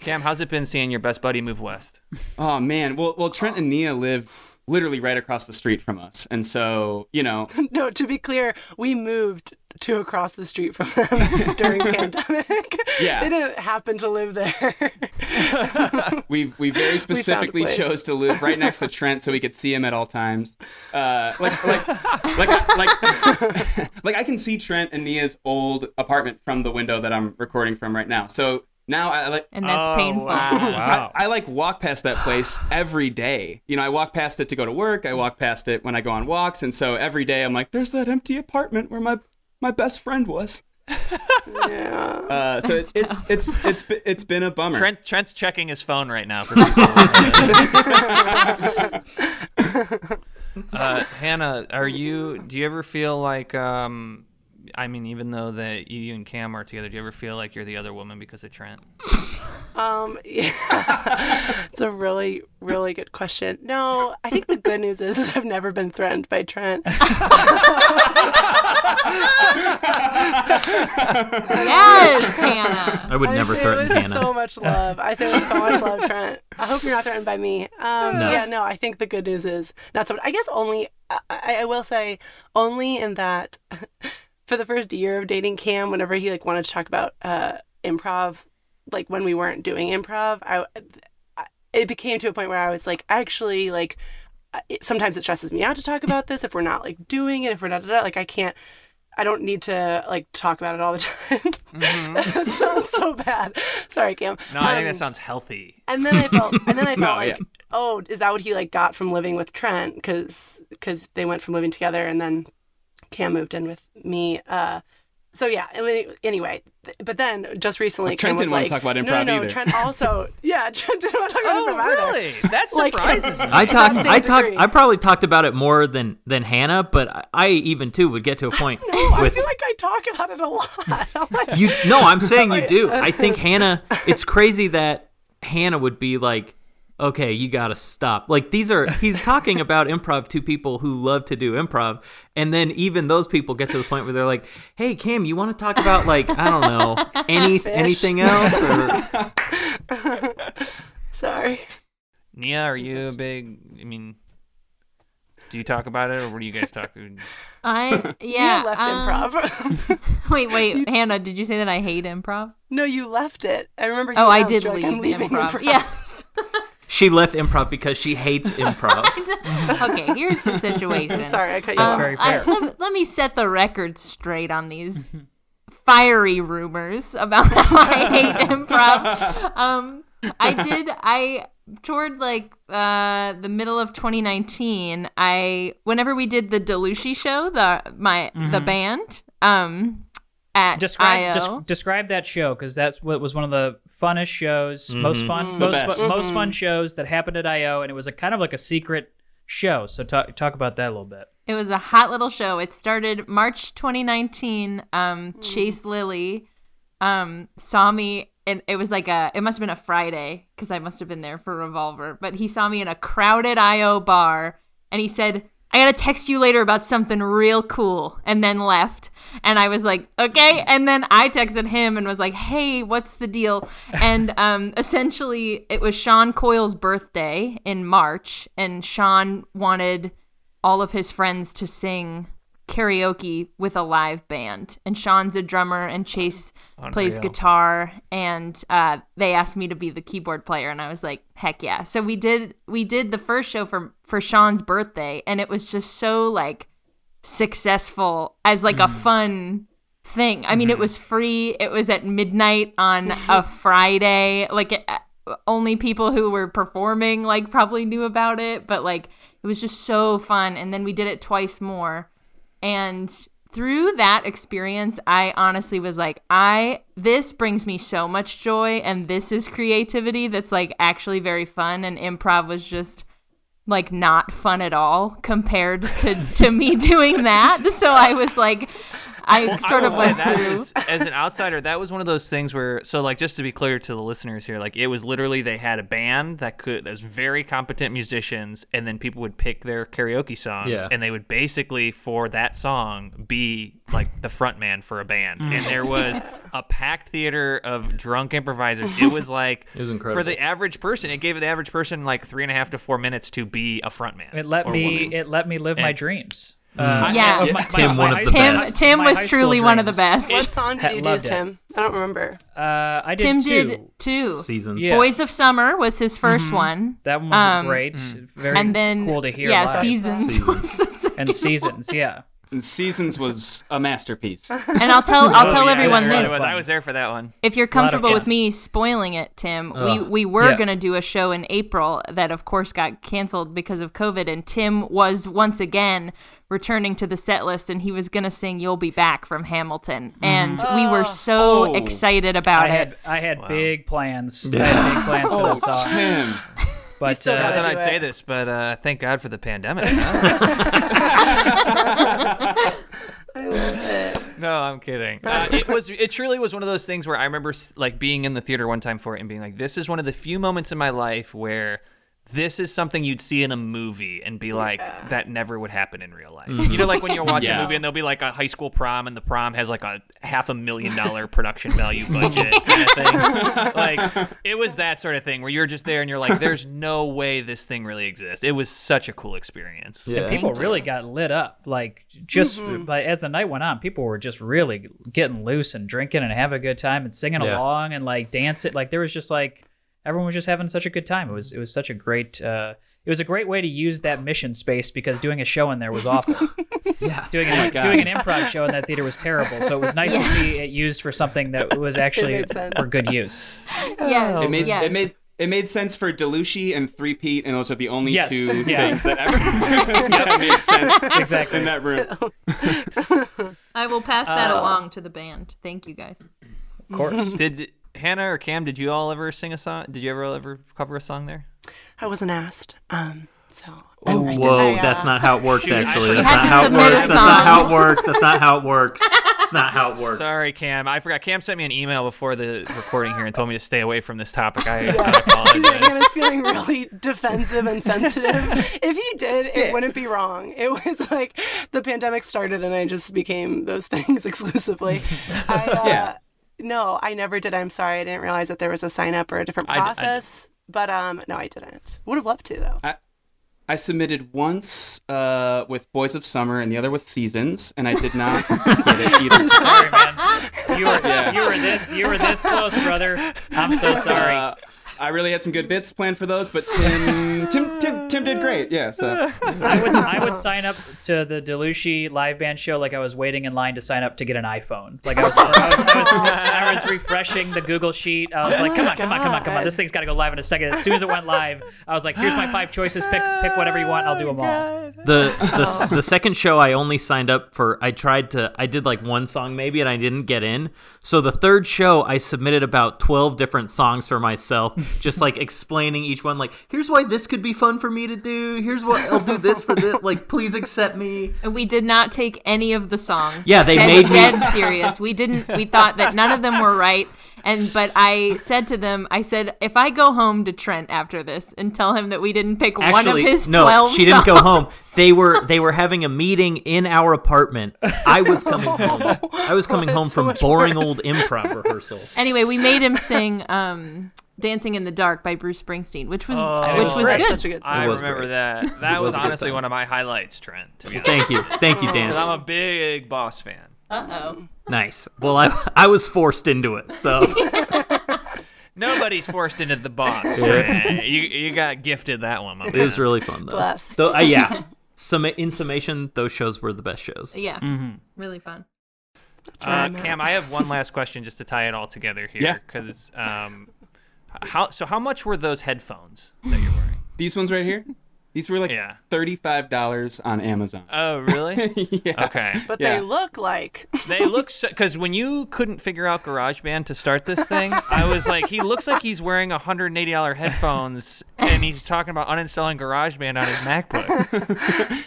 [SPEAKER 1] Cam, how's it been seeing your best buddy move west?
[SPEAKER 4] Oh man. Well, well, Trent and Nia live literally right across the street from us, and so you know
[SPEAKER 3] No, to be clear, we moved to across the street from them during pandemic.
[SPEAKER 4] Yeah.
[SPEAKER 3] They didn't happen to live there.
[SPEAKER 4] we we very
[SPEAKER 3] found a
[SPEAKER 4] specifically
[SPEAKER 3] place.
[SPEAKER 4] chose to live right next to Trent so we could see him at all times. Uh, like like like like like I can see Trent and Nia's old apartment from the window that I'm recording from right now. So now I like.
[SPEAKER 6] And that's
[SPEAKER 1] Oh,
[SPEAKER 6] painful.
[SPEAKER 1] wow.
[SPEAKER 2] Wow.
[SPEAKER 4] I, I like walk past that place every day. You know, I walk past it to go to work. I walk past it when I go on walks, and so every day I'm like, "There's that empty apartment where my my best friend was."
[SPEAKER 3] yeah.
[SPEAKER 4] Uh, so it's it's, it's it's it's be- it's been a bummer.
[SPEAKER 1] Trent Trent's checking his phone right now for people. uh, Hannah, are you? Do you ever feel like? Um, I mean, even though that you, you and Cam are together, do you ever feel like you're the other woman because of Trent?
[SPEAKER 3] Um, yeah. it's a really, really good question. No, I think the good news is, is I've never been threatened by Trent.
[SPEAKER 6] Yes, Hannah.
[SPEAKER 5] I would
[SPEAKER 3] I
[SPEAKER 5] never
[SPEAKER 3] say
[SPEAKER 5] threaten
[SPEAKER 3] with
[SPEAKER 5] Hannah.
[SPEAKER 3] so much love. I say with so much love, Trent. I hope you're not threatened by me. Um,
[SPEAKER 5] No.
[SPEAKER 3] Yeah, no, I think the good news is not so much. I guess only, I, I I will say, only in that for the first year of dating Cam, whenever he like wanted to talk about uh, improv, like when we weren't doing improv, I, I it became to a point where I was like, actually, like I- it, sometimes it stresses me out to talk about this if we're not like doing it, if we're not da- da- like I can't. I don't need to like talk about it all the time.
[SPEAKER 4] Mm-hmm.
[SPEAKER 3] that sounds so bad. Sorry, Cam.
[SPEAKER 1] No, I think
[SPEAKER 3] Um,
[SPEAKER 1] that sounds healthy.
[SPEAKER 3] and then I felt, and then I felt
[SPEAKER 4] No,
[SPEAKER 3] like,
[SPEAKER 4] yeah.
[SPEAKER 3] oh, is that what he like got from living with Trent? Because they went from living together, and then Cam moved in with me. Uh, so yeah. I mean, anyway, th- but then just recently,
[SPEAKER 4] Well, Trent
[SPEAKER 3] Cam was
[SPEAKER 4] didn't wanna
[SPEAKER 3] like,
[SPEAKER 4] talk about
[SPEAKER 3] no,
[SPEAKER 4] improv
[SPEAKER 3] no, no,
[SPEAKER 4] either. Oh,
[SPEAKER 3] Trent also, yeah, Trent didn't want to talk about improv either.
[SPEAKER 1] Oh, That
[SPEAKER 3] Like-
[SPEAKER 1] surprises me.
[SPEAKER 5] I talked.
[SPEAKER 3] same
[SPEAKER 5] I talked.
[SPEAKER 3] degree.
[SPEAKER 5] I probably talked about it more than than Hannah, but I, I even too would get to a point
[SPEAKER 3] Oh, I
[SPEAKER 5] with
[SPEAKER 3] feel like I talk about it a lot. I'm like,
[SPEAKER 5] you. No, I'm saying you do. I think Hannah. It's crazy that Hannah would be like, "Okay, you gotta stop." Like these are. He's talking about improv to people who love to do improv, and then even those people get to the point where they're like, "Hey, Kim, you want to talk about like I don't know any anything else?" Or,
[SPEAKER 3] Sorry.
[SPEAKER 1] Nia, are you a big? I mean, do you talk about it, or what do you guys talk?
[SPEAKER 6] I yeah.
[SPEAKER 3] you left
[SPEAKER 6] um,
[SPEAKER 3] improv.
[SPEAKER 6] Wait, wait, Hannah. Did you say that I hate improv?
[SPEAKER 3] no, you left it. I remember. You
[SPEAKER 6] Oh, I
[SPEAKER 3] announced,
[SPEAKER 6] did
[SPEAKER 3] you're like,
[SPEAKER 6] leave
[SPEAKER 3] I'm leaving
[SPEAKER 6] improv. Yes.
[SPEAKER 5] she left improv because she hates improv.
[SPEAKER 6] okay. Here's the situation.
[SPEAKER 3] I'm sorry, I cut you
[SPEAKER 6] Um,
[SPEAKER 3] off.
[SPEAKER 2] very
[SPEAKER 6] I-
[SPEAKER 2] fair.
[SPEAKER 6] let, let me set the record straight on these fiery rumors about how I hate improv. Um, I did. I toward like uh, the middle of 2019. I whenever we did the Delushi show, the my the band. Um, at
[SPEAKER 2] Mm-hmm.
[SPEAKER 6] IO.
[SPEAKER 2] Describe des- describe that show because that's what was one of the funnest shows, most fun, most, fu-
[SPEAKER 4] best.
[SPEAKER 6] Mm-hmm.
[SPEAKER 2] most fun shows that happened at IO, and it was a kind of like a secret show. So talk talk about that a little bit.
[SPEAKER 6] It was a hot little show. It started March 2019. Um,
[SPEAKER 2] Hmm.
[SPEAKER 6] Chase Lilly um, saw me, and it was like a, it must have been a Friday because I must have been there for Revolver, but he saw me in a crowded IO bar and he said, I gotta text you later about something real cool, and then left. And I was like, okay. And then I texted him and was like, hey, what's the deal? And um, essentially, it was Sean Coyle's birthday in March, and Sean wanted all of his friends to sing karaoke with a live band. And Sean's a drummer, and Chase plays
[SPEAKER 1] Unreal.
[SPEAKER 6] guitar. And uh, they asked me to be the keyboard player, and I was like, heck yeah. So we did we did the first show for for Sean's birthday, and it was just so like successful as like a fun thing. I mean, it was free. It was at midnight on a Friday. Like it, only people who were performing like probably knew about it, but like it was just so fun. And then we did it twice more. And through that experience, I honestly was like, I this brings me so much joy and this is creativity that's like actually very fun and improv was just like not fun at all compared to to me doing that. So I was like I sort
[SPEAKER 1] I
[SPEAKER 6] of
[SPEAKER 1] will say
[SPEAKER 6] went
[SPEAKER 1] that
[SPEAKER 6] through
[SPEAKER 1] is- as an outsider, that was one of those things where, so like, just to be clear to the listeners here, like, it was literally they had a band that could, that was very competent musicians, and then people would pick their karaoke songs,
[SPEAKER 5] Yeah.
[SPEAKER 1] and they would basically, for that song, be like the front man for a band.
[SPEAKER 5] Mm.
[SPEAKER 1] And there was a packed theater of drunk improvisers. It was like,
[SPEAKER 5] It was
[SPEAKER 1] For
[SPEAKER 5] incredible.
[SPEAKER 1] the average person, it gave the average person like three and a half to four minutes to be a front man.
[SPEAKER 2] It let
[SPEAKER 1] or
[SPEAKER 2] me
[SPEAKER 1] woman.
[SPEAKER 2] it let me live my
[SPEAKER 1] And-
[SPEAKER 2] dreams. Uh,
[SPEAKER 6] Yeah.
[SPEAKER 2] of
[SPEAKER 5] Tim, one of
[SPEAKER 2] high-
[SPEAKER 5] the
[SPEAKER 6] Tim
[SPEAKER 5] best.
[SPEAKER 6] Tim
[SPEAKER 2] my high
[SPEAKER 6] was
[SPEAKER 2] school
[SPEAKER 6] truly one of the
[SPEAKER 2] dreams.
[SPEAKER 6] best.
[SPEAKER 3] What song did
[SPEAKER 2] I
[SPEAKER 3] you do,
[SPEAKER 2] loved it.
[SPEAKER 3] Tim? I don't remember.
[SPEAKER 2] Uh, I did
[SPEAKER 6] Tim
[SPEAKER 2] two.
[SPEAKER 6] did two.
[SPEAKER 5] seasons.
[SPEAKER 2] Yeah.
[SPEAKER 6] Boys of Summer was
[SPEAKER 2] Mm-hmm.
[SPEAKER 6] his 1st one.
[SPEAKER 2] That one was
[SPEAKER 6] Um,
[SPEAKER 2] great. Very
[SPEAKER 6] and then
[SPEAKER 2] cool to hear.
[SPEAKER 6] Yeah,
[SPEAKER 2] live.
[SPEAKER 6] seasons, was the second.
[SPEAKER 2] and seasons. Yeah,
[SPEAKER 4] And Seasons was a masterpiece.
[SPEAKER 6] And I'll tell I'll
[SPEAKER 2] Oh,
[SPEAKER 6] tell
[SPEAKER 2] yeah,
[SPEAKER 6] everyone
[SPEAKER 2] yeah,
[SPEAKER 1] I
[SPEAKER 6] this.
[SPEAKER 1] was, I was there for that one.
[SPEAKER 6] If you're
[SPEAKER 2] lot of
[SPEAKER 6] comfortable with
[SPEAKER 2] fun.
[SPEAKER 6] me spoiling it, Tim, we we were
[SPEAKER 2] Yeah.
[SPEAKER 6] going to do a show in April that of course got canceled because of COVID and Tim was once again returning to the set list and he was going to sing You'll Be Back from Hamilton and we were so
[SPEAKER 4] Oh.
[SPEAKER 6] excited about
[SPEAKER 2] I
[SPEAKER 6] it. Oh,
[SPEAKER 2] had I had big plans. I had big plans for that song,
[SPEAKER 4] Tim.
[SPEAKER 2] but
[SPEAKER 3] still
[SPEAKER 1] Not
[SPEAKER 2] uh,
[SPEAKER 1] that
[SPEAKER 3] do
[SPEAKER 1] I'd
[SPEAKER 3] it.
[SPEAKER 1] say this, but uh, thank God for the pandemic. huh?
[SPEAKER 3] I love it.
[SPEAKER 1] No, I'm kidding. Uh, it was. It truly was one of those things where I remember s- like being in the theater one time for it and being like, "This is one of the few moments in my life where this is something you'd see in a movie and be like, that never would happen in real life." You know, like when you watch a
[SPEAKER 4] Yeah.
[SPEAKER 1] movie and there'll be like a high school prom and the prom has like a half a million dollar production value budget kind of thing. Like it was that sort of thing where you're just there and you're like, "There's no way this thing really exists." It was such a cool experience.
[SPEAKER 5] Yeah.
[SPEAKER 2] people really got lit up. Like just like, as the night went on, people were just really getting loose and drinking and having a good time and singing
[SPEAKER 5] Yeah.
[SPEAKER 2] along and like dancing. Like there was just like everyone was just having such a good time. It was it was such a great. Uh, it was a great way to use that mission space because doing a show in there was awful. yeah, doing an,
[SPEAKER 4] Oh God.
[SPEAKER 2] doing an improv show in that theater was terrible. So it was nice to see it used for something that was actually
[SPEAKER 3] made sense.
[SPEAKER 2] for good use.
[SPEAKER 6] yes.
[SPEAKER 4] It made
[SPEAKER 6] yes.
[SPEAKER 4] it made it made sense for Delushi and Three Pete, and those are the only
[SPEAKER 2] Yes.
[SPEAKER 4] two
[SPEAKER 2] Yeah.
[SPEAKER 4] things that ever that made sense
[SPEAKER 2] Exactly.
[SPEAKER 4] in that room.
[SPEAKER 6] I will pass that along to the band. Thank you guys.
[SPEAKER 2] Of course.
[SPEAKER 1] Did Hannah or Cam? Did you all ever sing a song? Did you ever ever cover a song there?
[SPEAKER 3] I wasn't asked. Um, so
[SPEAKER 5] Oh, Whoa, that's not how it works. Actually, that's
[SPEAKER 6] had
[SPEAKER 5] not
[SPEAKER 6] to
[SPEAKER 5] how it
[SPEAKER 6] submit a
[SPEAKER 5] works. That's not
[SPEAKER 6] song.
[SPEAKER 5] how it works. That's not how it works. It's not how it works.
[SPEAKER 1] Sorry, Cam. I forgot. Cam sent me an email before the recording here and told me to stay away from this topic. I, I apologize.
[SPEAKER 3] I was feeling really defensive and sensitive. If he did, it wouldn't be wrong. It was like the pandemic started and I just became those things exclusively. I, uh,
[SPEAKER 4] Yeah.
[SPEAKER 3] No, I never did. I'm sorry. I didn't realize that there was a sign up or a different
[SPEAKER 1] I d- I d-
[SPEAKER 3] process. but um, no, I didn't. Would have loved to though.
[SPEAKER 4] I submitted once uh, with Boys of Summer and the other with Seasons, and I did not get it either. time.
[SPEAKER 2] Sorry, man. You were,
[SPEAKER 4] Yeah.
[SPEAKER 2] you were this you were this close, brother. I'm so sorry.
[SPEAKER 4] Uh, I really had some good bits planned for those, but Tim Tim Tim, Tim did great. Yeah, so
[SPEAKER 2] I would I would sign up to the Delushi live band show like I was waiting in line to sign up to get an iPhone. Like I was I was, I was, I was refreshing the Google sheet. I was like, come on, come on, come on, come on. This thing's got to go live in a second. As soon as it went live, I was like, here's my five choices. Pick pick whatever you want. I'll do them all.
[SPEAKER 5] the the, s
[SPEAKER 6] Oh.
[SPEAKER 5] the second show I only signed up for I tried to I did like one song maybe and I didn't get in. So the third show I submitted about 12 different songs for myself just like explaining each one, like, here's why this could be fun for me to do. Here's what I'll do this for this. Like, please accept me.
[SPEAKER 6] And we did not take any of the songs.
[SPEAKER 5] Yeah, they
[SPEAKER 6] dead,
[SPEAKER 5] made me-
[SPEAKER 6] dead serious. We didn't. We thought that none of them were right. And but I said to them, I said, if I go home to Trent after this and tell him that we didn't pick one of
[SPEAKER 5] Actually,
[SPEAKER 6] his
[SPEAKER 5] no,
[SPEAKER 6] twelve,
[SPEAKER 5] she didn't go home.
[SPEAKER 6] songs-
[SPEAKER 5] They were they were having a meeting in our apartment. I was coming home. I was coming home from boring old improv rehearsal.
[SPEAKER 6] Anyway, we made him sing um, "Dancing in the Dark" by Bruce Springsteen, which was
[SPEAKER 5] Oh,
[SPEAKER 2] Oh.
[SPEAKER 6] which was
[SPEAKER 3] That's
[SPEAKER 6] good.
[SPEAKER 3] Such a good
[SPEAKER 1] I
[SPEAKER 5] It was
[SPEAKER 1] remember
[SPEAKER 5] great.
[SPEAKER 1] that. That was,
[SPEAKER 5] was a good
[SPEAKER 1] honestly
[SPEAKER 5] time.
[SPEAKER 1] one of my highlights, Trent. To be honest.
[SPEAKER 5] Thank you, thank you, Dan.
[SPEAKER 1] Because I'm a big Boss fan.
[SPEAKER 6] Uh oh.
[SPEAKER 5] Nice. Well, I I was forced into it, so
[SPEAKER 1] Nobody's forced into the Boss. Trent. You you got gifted that one, my
[SPEAKER 5] it was
[SPEAKER 1] man.
[SPEAKER 5] really fun though.
[SPEAKER 3] Bless.
[SPEAKER 5] So uh, yeah, Summa in summation, those shows were the best shows.
[SPEAKER 6] Yeah.
[SPEAKER 2] Mm-hmm.
[SPEAKER 6] Really fun.
[SPEAKER 3] where
[SPEAKER 1] Uh,
[SPEAKER 3] I'm at.
[SPEAKER 1] Cam, I have one last question just to tie it all together here.
[SPEAKER 4] Yeah.
[SPEAKER 1] Because um, h- how so? How much were those headphones that you're wearing?
[SPEAKER 4] These ones right here. These were like
[SPEAKER 1] Yeah.
[SPEAKER 4] thirty-five dollars on Amazon.
[SPEAKER 1] Oh, really?
[SPEAKER 4] yeah.
[SPEAKER 1] Okay.
[SPEAKER 3] But
[SPEAKER 4] Yeah.
[SPEAKER 3] they look like
[SPEAKER 1] They look so because when you couldn't figure out GarageBand to start this thing, I was like, he looks like he's wearing $180 headphones and he's talking about uninstalling GarageBand on his MacBook.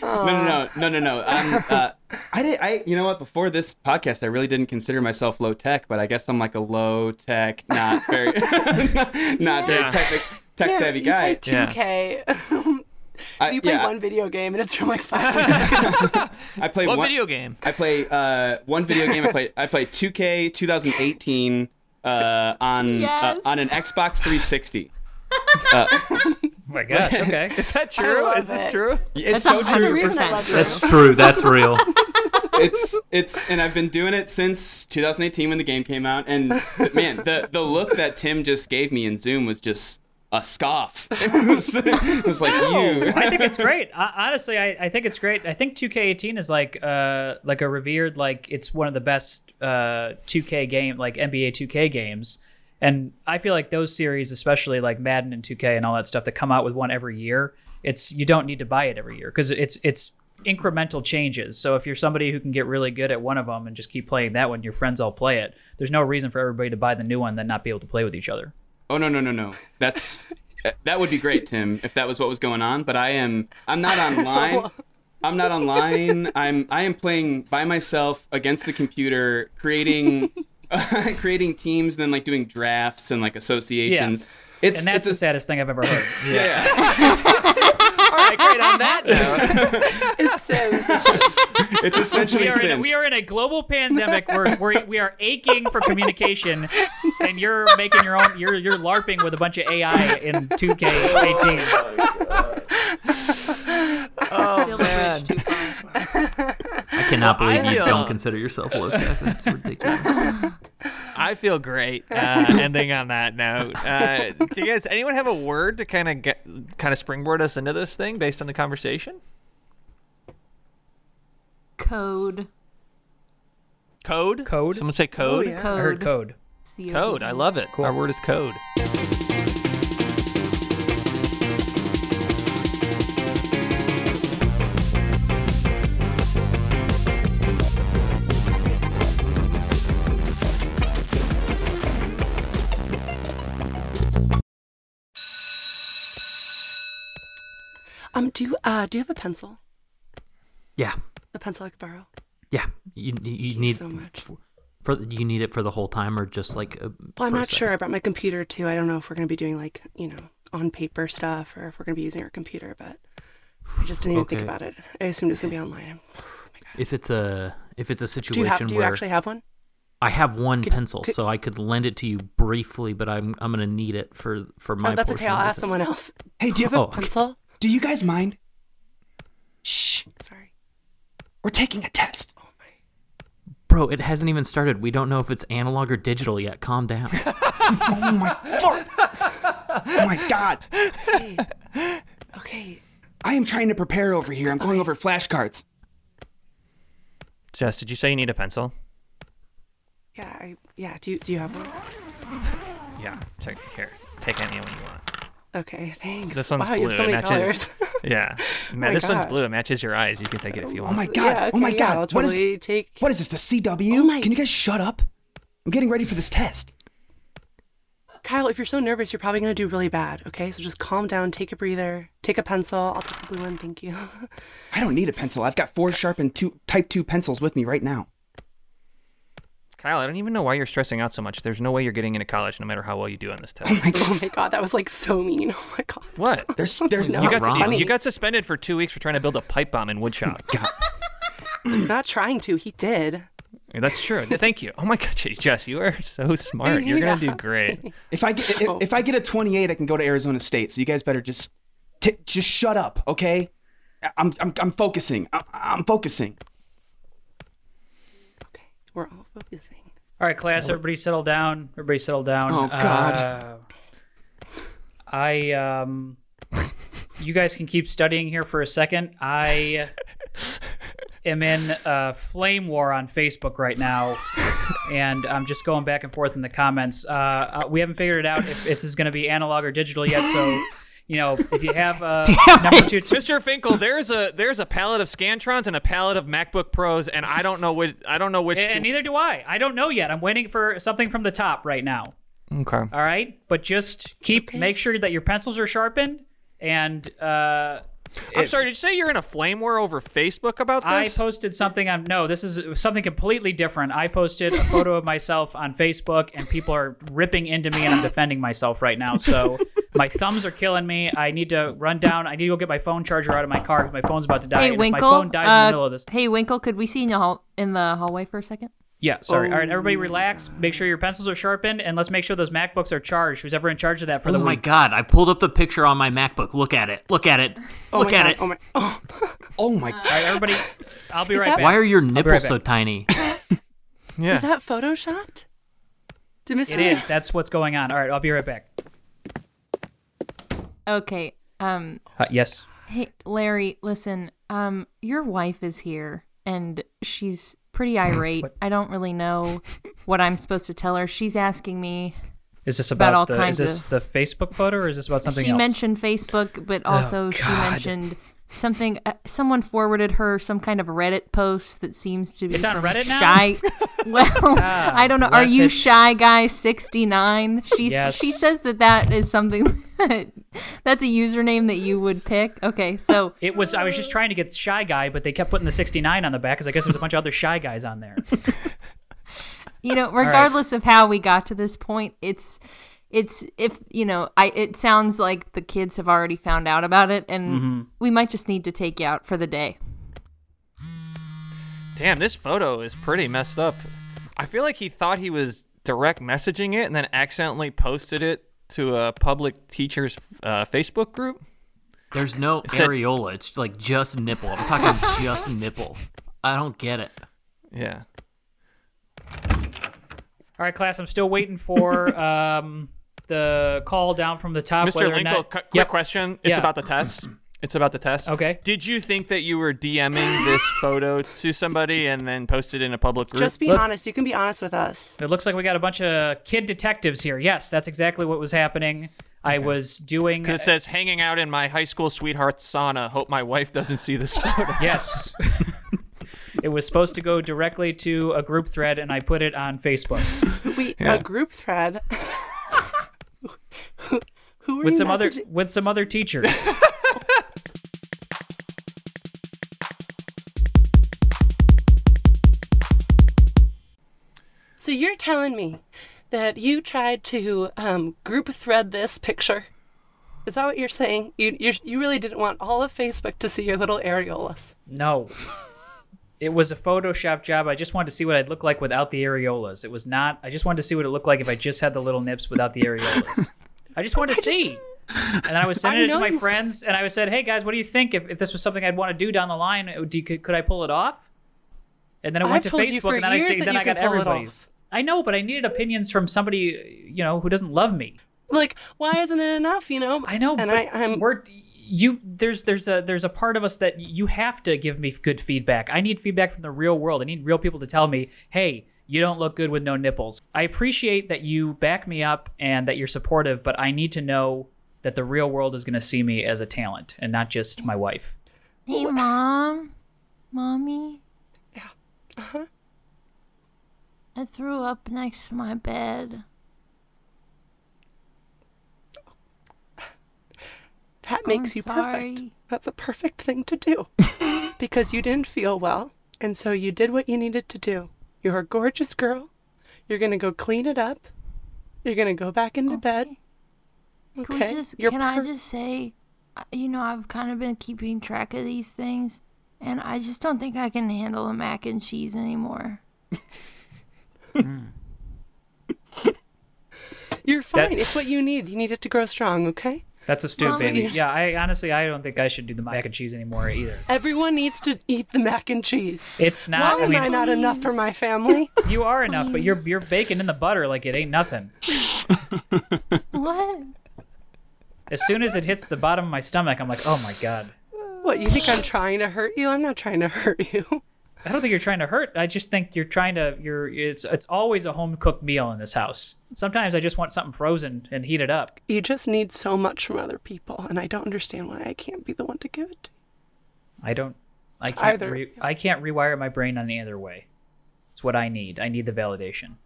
[SPEAKER 4] No, no, no, no, no, no. Um, uh, I did. I, you know what? Before this podcast, I really didn't consider myself low tech, but I guess I'm like a low tech, not very, not very
[SPEAKER 1] Yeah.
[SPEAKER 4] tech, tech savvy guy.
[SPEAKER 3] You play 2K.
[SPEAKER 4] I,
[SPEAKER 3] you play
[SPEAKER 4] yeah,
[SPEAKER 3] one video game and it's from like five. years ago.
[SPEAKER 4] I play
[SPEAKER 1] What
[SPEAKER 4] one.
[SPEAKER 1] video game?
[SPEAKER 4] I play uh, one video game. I play I play 2K 2018 uh, on
[SPEAKER 6] Yes.
[SPEAKER 4] uh, on an Xbox 360.
[SPEAKER 2] Oh my gosh. Okay.
[SPEAKER 1] Is that
[SPEAKER 3] I
[SPEAKER 1] true?
[SPEAKER 3] love
[SPEAKER 1] Is this
[SPEAKER 3] it.
[SPEAKER 1] true?
[SPEAKER 4] It's
[SPEAKER 6] That's
[SPEAKER 4] so
[SPEAKER 6] a
[SPEAKER 3] There's a
[SPEAKER 6] hundred
[SPEAKER 4] true.
[SPEAKER 3] reason I love you.
[SPEAKER 5] That's true. That's real.
[SPEAKER 4] it's it's and I've been doing it since 2018 when the game came out. And man, the the look that Tim just gave me in Zoom was just a scoff. it, was, it was like you.
[SPEAKER 2] I think it's great. I, honestly, I, I think it's great. I think 2K18 is like uh like a revered like it's one of the best uh 2K game like NBA 2K games. And I feel like those series, especially like Madden and 2K and all that stuff that come out with one every year, it's you don't need to buy it every year because it's it's incremental changes. So if you're somebody who can get really good at one of them and just keep playing that one, your friends all play it. There's no reason for everybody to buy the new one then not be able to play with each other.
[SPEAKER 4] Oh no no no no. That's that would be great, Tim, if that was what was going on. But I am I'm not online. I'm not online. I'm I am playing by myself against the computer, creating creating teams, then like doing drafts and like associations. It's
[SPEAKER 2] And that's the
[SPEAKER 4] it's a,
[SPEAKER 2] saddest thing I've ever heard.
[SPEAKER 4] yeah.
[SPEAKER 1] All right, great. On that note,
[SPEAKER 3] It's Sims.
[SPEAKER 4] It's essentially
[SPEAKER 2] we are, in,
[SPEAKER 4] Sims.
[SPEAKER 2] we are in a global pandemic. We're, we're we are aching for communication, and you're making your own. You're you're larping with a bunch of AI in 2K18. Oh,
[SPEAKER 6] Still a bridge too far.
[SPEAKER 5] I cannot believe
[SPEAKER 1] I
[SPEAKER 5] you
[SPEAKER 1] feel-
[SPEAKER 5] don't consider yourself low tech. That's ridiculous.
[SPEAKER 1] I feel great uh, ending on that note. Uh, do you guys, anyone have a word to kind of get, kind of springboard us into this thing based on the conversation?
[SPEAKER 6] Code.
[SPEAKER 1] Code?
[SPEAKER 2] Code?
[SPEAKER 1] Someone say code?
[SPEAKER 3] Oh, yeah.
[SPEAKER 2] I
[SPEAKER 6] Code.
[SPEAKER 2] heard code.
[SPEAKER 6] C-O-D-E.
[SPEAKER 1] Code. I love it. Our word is code.
[SPEAKER 3] Um, do you, uh, do you have a pencil?
[SPEAKER 5] Yeah,
[SPEAKER 3] A pencil I could borrow?
[SPEAKER 5] yeah. You you, you need
[SPEAKER 3] so much.
[SPEAKER 5] For, for you need it for the whole time or just like. A,
[SPEAKER 3] Well, I'm
[SPEAKER 5] for a
[SPEAKER 3] not
[SPEAKER 5] sec?
[SPEAKER 3] sure. I brought my computer too. I don't know if we're gonna be doing like you know on paper stuff or if we're gonna be using our computer, but I just didn't even think
[SPEAKER 5] Okay.
[SPEAKER 3] about it. I assumed it was gonna be online.
[SPEAKER 5] If it's a if it's a
[SPEAKER 3] Do you
[SPEAKER 5] situation
[SPEAKER 3] have? Do you
[SPEAKER 5] where
[SPEAKER 3] actually have one?
[SPEAKER 5] I have one pencil,
[SPEAKER 3] could-
[SPEAKER 5] so I could lend it to you briefly, but I'm I'm gonna need it for for my.
[SPEAKER 3] oh, that's okay.
[SPEAKER 5] portion of
[SPEAKER 3] I'll
[SPEAKER 5] the
[SPEAKER 3] ask
[SPEAKER 5] test.
[SPEAKER 3] someone else.
[SPEAKER 4] hey, do you have a,
[SPEAKER 5] Oh, okay.
[SPEAKER 3] Pencil.
[SPEAKER 4] do you guys mind? Shh,
[SPEAKER 3] Sorry.
[SPEAKER 4] we're taking a test.
[SPEAKER 5] bro. It hasn't even started. We don't know if it's analog or digital yet. Calm down.
[SPEAKER 4] Oh my lord! oh my god!
[SPEAKER 3] Okay.
[SPEAKER 4] I am trying to prepare over here. I'm going over flashcards.
[SPEAKER 1] Jess, did you say you need a pencil?
[SPEAKER 3] Yeah. I, yeah. Do you Do you have one?
[SPEAKER 1] Yeah. Check here. Take any one you want.
[SPEAKER 3] Okay. Thanks.
[SPEAKER 1] This one's
[SPEAKER 3] wow,
[SPEAKER 1] blue.
[SPEAKER 3] You have so
[SPEAKER 1] it
[SPEAKER 3] many
[SPEAKER 1] matches.
[SPEAKER 3] colors. Oh
[SPEAKER 1] Yeah. Man,
[SPEAKER 3] my
[SPEAKER 1] this one's
[SPEAKER 3] God.
[SPEAKER 1] blue. It matches your eyes. You can take it if you
[SPEAKER 4] Oh
[SPEAKER 1] want.
[SPEAKER 4] my god!
[SPEAKER 3] yeah.
[SPEAKER 4] oh my
[SPEAKER 3] okay,
[SPEAKER 4] god!
[SPEAKER 3] Yeah, I'll
[SPEAKER 4] what
[SPEAKER 3] totally
[SPEAKER 4] is
[SPEAKER 3] take.
[SPEAKER 4] what is this? The CW?
[SPEAKER 3] Oh my-
[SPEAKER 4] Can you guys shut up? I'm getting ready for this test.
[SPEAKER 3] Kyle, if you're so nervous, you're probably going to do really bad. Okay, so just calm down, take a breather, take a pencil. I'll take the blue one, thank you.
[SPEAKER 4] I don't need a pencil. I've got four sharp and two type two pencils with me right now.
[SPEAKER 1] Kyle, I don't even know why you're stressing out so much. There's no way you're getting into college no matter how well you do on this test.
[SPEAKER 3] oh my god, that was like so mean. Oh my god.
[SPEAKER 1] What?
[SPEAKER 4] There's there's
[SPEAKER 3] Oh, No.
[SPEAKER 4] no.
[SPEAKER 1] You got,
[SPEAKER 5] wrong.
[SPEAKER 1] you got suspended for two weeks for trying to build a pipe bomb in
[SPEAKER 3] Oh
[SPEAKER 1] woodshop.
[SPEAKER 3] Not trying to, he did.
[SPEAKER 1] That's true. Thank you. Oh my god, Jess- Jess, you are so smart. You're gonna do great.
[SPEAKER 4] If I get if,
[SPEAKER 3] Oh.
[SPEAKER 4] if I get a 28, I can go to Arizona State. So you guys better just t- just shut up, okay? I- I'm I'm, I'm focusing. I'm, I'm focusing.
[SPEAKER 3] Okay, we're all focusing.
[SPEAKER 2] All right, class. Everybody settle down. Everybody settle down.
[SPEAKER 4] Oh, God.
[SPEAKER 2] Uh, I um, you guys can keep studying here for a second. I am in a flame war on Facebook right now, and I'm just going back and forth in the comments. Uh, uh, we haven't figured it out if this is going to be analog or digital yet. So, you know, if you have uh, number two.
[SPEAKER 1] Mr. Finkel, there's a there's a palette of Scantrons and a palette of MacBook Pros, and I don't know which I don't know which.
[SPEAKER 2] and neither do I. I don't know yet. I'm waiting for something from the top right now.
[SPEAKER 1] okay.
[SPEAKER 2] All right, but just keep make sure that your pencils are sharpened. And uh,
[SPEAKER 1] I'm sorry. Did you say you're in a flame war over Facebook about
[SPEAKER 2] I
[SPEAKER 1] this?
[SPEAKER 2] posted something on no, this is something completely different. I posted a photo of myself on Facebook, and people are ripping into me, and I'm defending myself right now. So my thumbs are killing me. I need to run down. I need to go get my phone charger out of my car because my phone's about to die.
[SPEAKER 6] Hey
[SPEAKER 2] and if
[SPEAKER 6] Winkle.
[SPEAKER 2] my phone dies in
[SPEAKER 6] uh,
[SPEAKER 2] the middle of this.
[SPEAKER 6] Hey Winkle, could we see in the hall in the hallway for a second?
[SPEAKER 2] Yeah, sorry. All right, everybody, relax. Make sure your pencils are sharpened, and let's make sure those MacBooks are charged. Who's ever in charge of that for
[SPEAKER 5] Oh
[SPEAKER 2] the
[SPEAKER 5] my
[SPEAKER 2] week?
[SPEAKER 5] god, I pulled up the picture on my MacBook. Look at it. Look at it.
[SPEAKER 3] Oh
[SPEAKER 5] Look
[SPEAKER 3] my
[SPEAKER 5] at
[SPEAKER 3] god.
[SPEAKER 5] it.
[SPEAKER 3] Oh my. Oh.
[SPEAKER 4] Oh my
[SPEAKER 2] All right, everybody, I'll be right
[SPEAKER 3] that-
[SPEAKER 2] back.
[SPEAKER 5] Why are your nipples
[SPEAKER 2] back.
[SPEAKER 5] so tiny?
[SPEAKER 1] yeah.
[SPEAKER 3] Is that photoshopped? Did Mr.
[SPEAKER 2] It is. That's what's going on. All right, I'll be right back.
[SPEAKER 6] Okay. Um
[SPEAKER 2] Uh, yes.
[SPEAKER 6] Hey, Larry, listen, um, your wife is here and she's pretty irate. I don't really know what I'm supposed to tell her. She's asking me.
[SPEAKER 2] Is this
[SPEAKER 6] About
[SPEAKER 2] about,
[SPEAKER 6] all
[SPEAKER 2] the,
[SPEAKER 6] kinds
[SPEAKER 2] is this the Facebook photo or is this about something
[SPEAKER 6] she
[SPEAKER 2] else? Oh,
[SPEAKER 6] mentioned Facebook, but also she mentioned something. Uh, someone forwarded her some kind of Reddit post that seems to be.
[SPEAKER 2] It's on
[SPEAKER 6] from
[SPEAKER 2] Reddit now? Ah,
[SPEAKER 6] Shy. Well, I don't know. Are
[SPEAKER 2] bless
[SPEAKER 6] you
[SPEAKER 2] it.
[SPEAKER 6] shy guy 69? She
[SPEAKER 2] Yes.
[SPEAKER 6] she says that that is something that, that's a username that you would pick. Okay, so
[SPEAKER 2] it was. I was just trying to get Shy Guy, but they kept putting the 69 on the back because I guess there's a bunch of other Shy Guys on there.
[SPEAKER 6] you know regardless of how we got to this point it's it's if you know i it sounds like the kids have already found out about it and we might just need to take you out for the day
[SPEAKER 1] Damn, this photo is pretty messed up. I feel like he thought he was direct messaging it and then accidentally posted it to a public teachers uh, Facebook group.
[SPEAKER 5] There's no
[SPEAKER 1] said-
[SPEAKER 5] areola. It's like just nipple. I'm talking just nipple. I don't get it.
[SPEAKER 1] Yeah.
[SPEAKER 2] All right, class. I'm still waiting for um, the call down from the top.
[SPEAKER 1] Mr.
[SPEAKER 2] whether or
[SPEAKER 1] Linkle,
[SPEAKER 2] not-
[SPEAKER 1] cu- quick
[SPEAKER 2] Yep.
[SPEAKER 1] question. It's
[SPEAKER 2] Yeah.
[SPEAKER 1] about the test. It's about the test.
[SPEAKER 2] Okay.
[SPEAKER 1] Did you think that you were DMing this photo to somebody and then posted in a public group?
[SPEAKER 3] Just be honest. You can be honest with us.
[SPEAKER 2] It looks like we got a bunch of kid detectives here. Yes, that's exactly what was happening. I was doing.
[SPEAKER 1] 'Cause it says hanging out in my high school sweetheart's sauna. Hope my wife doesn't see this photo.
[SPEAKER 2] Yes. it was supposed to go directly to a group thread, and I put it on Facebook.
[SPEAKER 3] We a group thread. Who- Who were
[SPEAKER 2] with
[SPEAKER 3] you
[SPEAKER 2] some other
[SPEAKER 3] messaging?
[SPEAKER 2] with some other teachers.
[SPEAKER 3] So you're telling me that you tried to um, group thread this picture? Is that what you're saying? You you you really didn't want all of Facebook to see your little areolas.
[SPEAKER 2] No. It was a Photoshop job. I just wanted to see what I'd look like without the areolas. It was not. I just wanted to see what it looked like if I just had the little nips without the areolas. I just wanted to see. And then I was sending
[SPEAKER 3] I
[SPEAKER 2] it to
[SPEAKER 3] know
[SPEAKER 2] my
[SPEAKER 3] you-
[SPEAKER 2] friends, and I was said, "Hey guys, what do you think? If, if this was something I'd want to do down the line, it would- do you, could, could I pull it off?" And then I
[SPEAKER 3] I've
[SPEAKER 2] went to
[SPEAKER 3] told you
[SPEAKER 2] Facebook,
[SPEAKER 3] for
[SPEAKER 2] and then I
[SPEAKER 3] years
[SPEAKER 2] stayed,
[SPEAKER 3] that
[SPEAKER 2] then
[SPEAKER 3] you
[SPEAKER 2] I got
[SPEAKER 3] can pull it off.
[SPEAKER 2] everybody's. I know, but I needed opinions from somebody, you know, who doesn't love me.
[SPEAKER 3] Like, why isn't it enough? You know.
[SPEAKER 2] I know,
[SPEAKER 3] And
[SPEAKER 2] but
[SPEAKER 3] I, I'm.
[SPEAKER 2] we're you. There's there's a there's a part of us that you have to give me good feedback. I need feedback from the real world. I need real people to tell me, hey, you don't look good with no nipples. I appreciate that you back me up and that you're supportive, but I need to know that the real world is going to see me as a talent and not just my wife.
[SPEAKER 6] hey mom mommy yeah uh-huh i threw up next to my bed
[SPEAKER 3] makes you perfect.
[SPEAKER 6] sorry.
[SPEAKER 3] That's a perfect thing to do. because you didn't feel well, and so you did what you needed to do. You're a gorgeous girl. You're going to go clean it up. You're going to go back into bed.
[SPEAKER 6] Can
[SPEAKER 3] Okay.
[SPEAKER 6] we just?
[SPEAKER 3] You're
[SPEAKER 6] can I
[SPEAKER 3] per-
[SPEAKER 6] just say, uh, you know, I've kind of been keeping track of these things, and I just don't think I can handle the mac and cheese anymore.
[SPEAKER 3] You're fine.
[SPEAKER 2] That-
[SPEAKER 3] It's what you need. You need it to grow strong, okay?
[SPEAKER 2] That's a stew,
[SPEAKER 6] Mom,
[SPEAKER 2] baby.
[SPEAKER 3] you-
[SPEAKER 2] Yeah, I honestly I don't think I should do the mac and cheese anymore either.
[SPEAKER 3] Everyone needs to eat the mac and cheese.
[SPEAKER 2] It's not.
[SPEAKER 3] Why
[SPEAKER 2] I
[SPEAKER 3] am
[SPEAKER 2] mean,
[SPEAKER 3] I not enough for my family?
[SPEAKER 2] you are enough, but you're you're baking in the butter like it ain't nothing.
[SPEAKER 6] What?
[SPEAKER 2] As soon as it hits the bottom of my stomach, I'm like, oh my god.
[SPEAKER 3] What, you think I'm trying to hurt you? I'm not trying to hurt you.
[SPEAKER 2] I don't think you're trying to hurt. I just think you're trying to. You're. It's. It's always a home cooked meal in this house. Sometimes I just want something frozen and heated up.
[SPEAKER 3] You just need so much from other people, and I don't understand why I can't be the one to give it to
[SPEAKER 2] I don't. I can't.
[SPEAKER 3] Either.
[SPEAKER 2] Re- I can't rewire my brain any other way. It's what I need. I need the validation.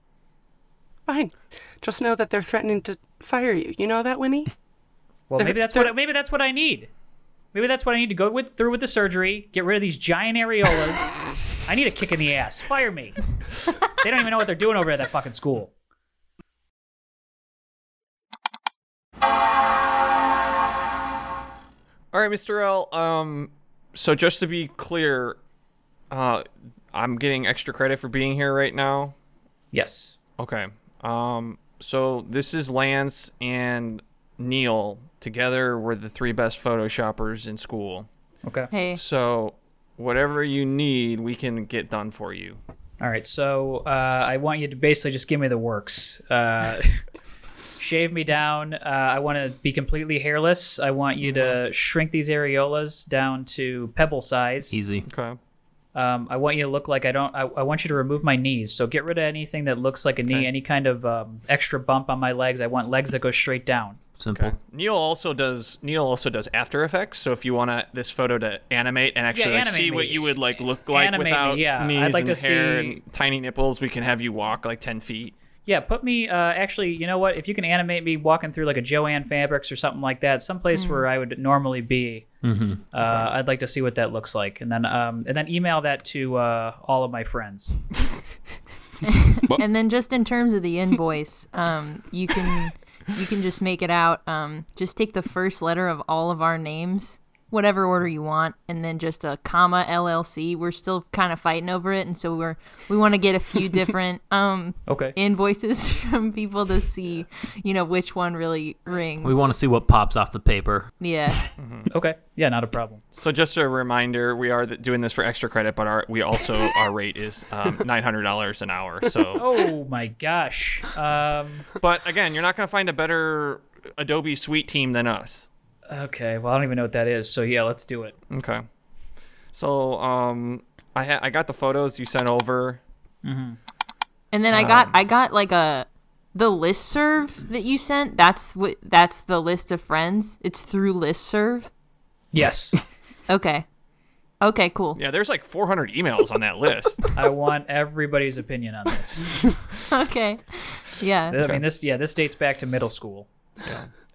[SPEAKER 3] Fine. Just know that they're threatening to fire you. You know that, Winnie?
[SPEAKER 2] Well,
[SPEAKER 3] They're-
[SPEAKER 2] maybe that's
[SPEAKER 3] they're-
[SPEAKER 2] what. Maybe that's what I need. Maybe that's what I need to go with through with the surgery. Get rid of these giant areolas. I need a kick in the ass. Fire me. they don't even know what they're doing over at that fucking school.
[SPEAKER 1] All right, Mr. L. Um, so just to be clear, uh, I'm getting extra credit for being here right now.
[SPEAKER 2] Yes.
[SPEAKER 1] Okay. Um, so this is Lance and Neil. Together, we're the three best Photoshoppers in school.
[SPEAKER 2] Okay.
[SPEAKER 6] Hey,
[SPEAKER 1] So whatever you need, we can get done for you.
[SPEAKER 2] All right, so uh, I want you to basically just give me the works. Uh, shave me down. Uh, I want to be completely hairless. I want you to shrink these areolas down to pebble size.
[SPEAKER 5] Easy.
[SPEAKER 1] Okay.
[SPEAKER 2] Um, I want you to look like I don't. I, I want you to remove my knees. So get rid of anything that looks like a knee,
[SPEAKER 1] Okay.
[SPEAKER 2] any kind of um, extra bump on my legs. I want legs that go straight down.
[SPEAKER 5] Simple.
[SPEAKER 1] Neil also does Neil also does After Effects. So if you want to, this photo to animate and actually like,
[SPEAKER 2] animate
[SPEAKER 1] see
[SPEAKER 2] me.
[SPEAKER 1] what you would like look like
[SPEAKER 2] Animate me,
[SPEAKER 1] without
[SPEAKER 2] yeah. I'd
[SPEAKER 1] knees
[SPEAKER 2] like
[SPEAKER 1] and
[SPEAKER 2] to
[SPEAKER 1] hair
[SPEAKER 2] see-
[SPEAKER 1] and tiny nipples, we can have you walk like ten feet.
[SPEAKER 2] Yeah, put me. Uh, actually, you know what? If you can animate me walking through like a Joanne Fabrics or something like that, someplace where I would normally be, uh, I'd like to see what that looks like, and then um, and then email that to uh, all of my friends.
[SPEAKER 6] and then just in terms of the invoice, um, you can you can just make it out. Um, just take the first letter of all of our names, whatever order you want, and then just a comma LLC. We're still kind of fighting over it, and so we're we want to get a few different um
[SPEAKER 2] Okay.
[SPEAKER 6] invoices from people to see, you know, which one really rings.
[SPEAKER 5] We want to see what pops off the paper.
[SPEAKER 6] yeah.
[SPEAKER 2] Okay. Yeah, not a problem.
[SPEAKER 1] So just a reminder, we are th- doing this for extra credit, but our we also our rate is um, nine hundred dollars an hour. So,
[SPEAKER 2] Oh my gosh. Um,
[SPEAKER 1] but again, you're not gonna find a better Adobe Suite team than us.
[SPEAKER 2] okay. Well, I don't even know what that is. So yeah, let's do it.
[SPEAKER 1] Okay. So um, I ha- I got the photos you sent over.
[SPEAKER 6] And then I got I got like a the listserv that you sent. That's what that's the list of friends. It's through listserv.
[SPEAKER 2] Yes.
[SPEAKER 6] Okay. Okay, cool.
[SPEAKER 1] Yeah, there's like 400 emails on that list.
[SPEAKER 2] I want everybody's opinion on this.
[SPEAKER 6] Okay. Yeah.
[SPEAKER 2] I mean, this yeah, this dates back to middle school.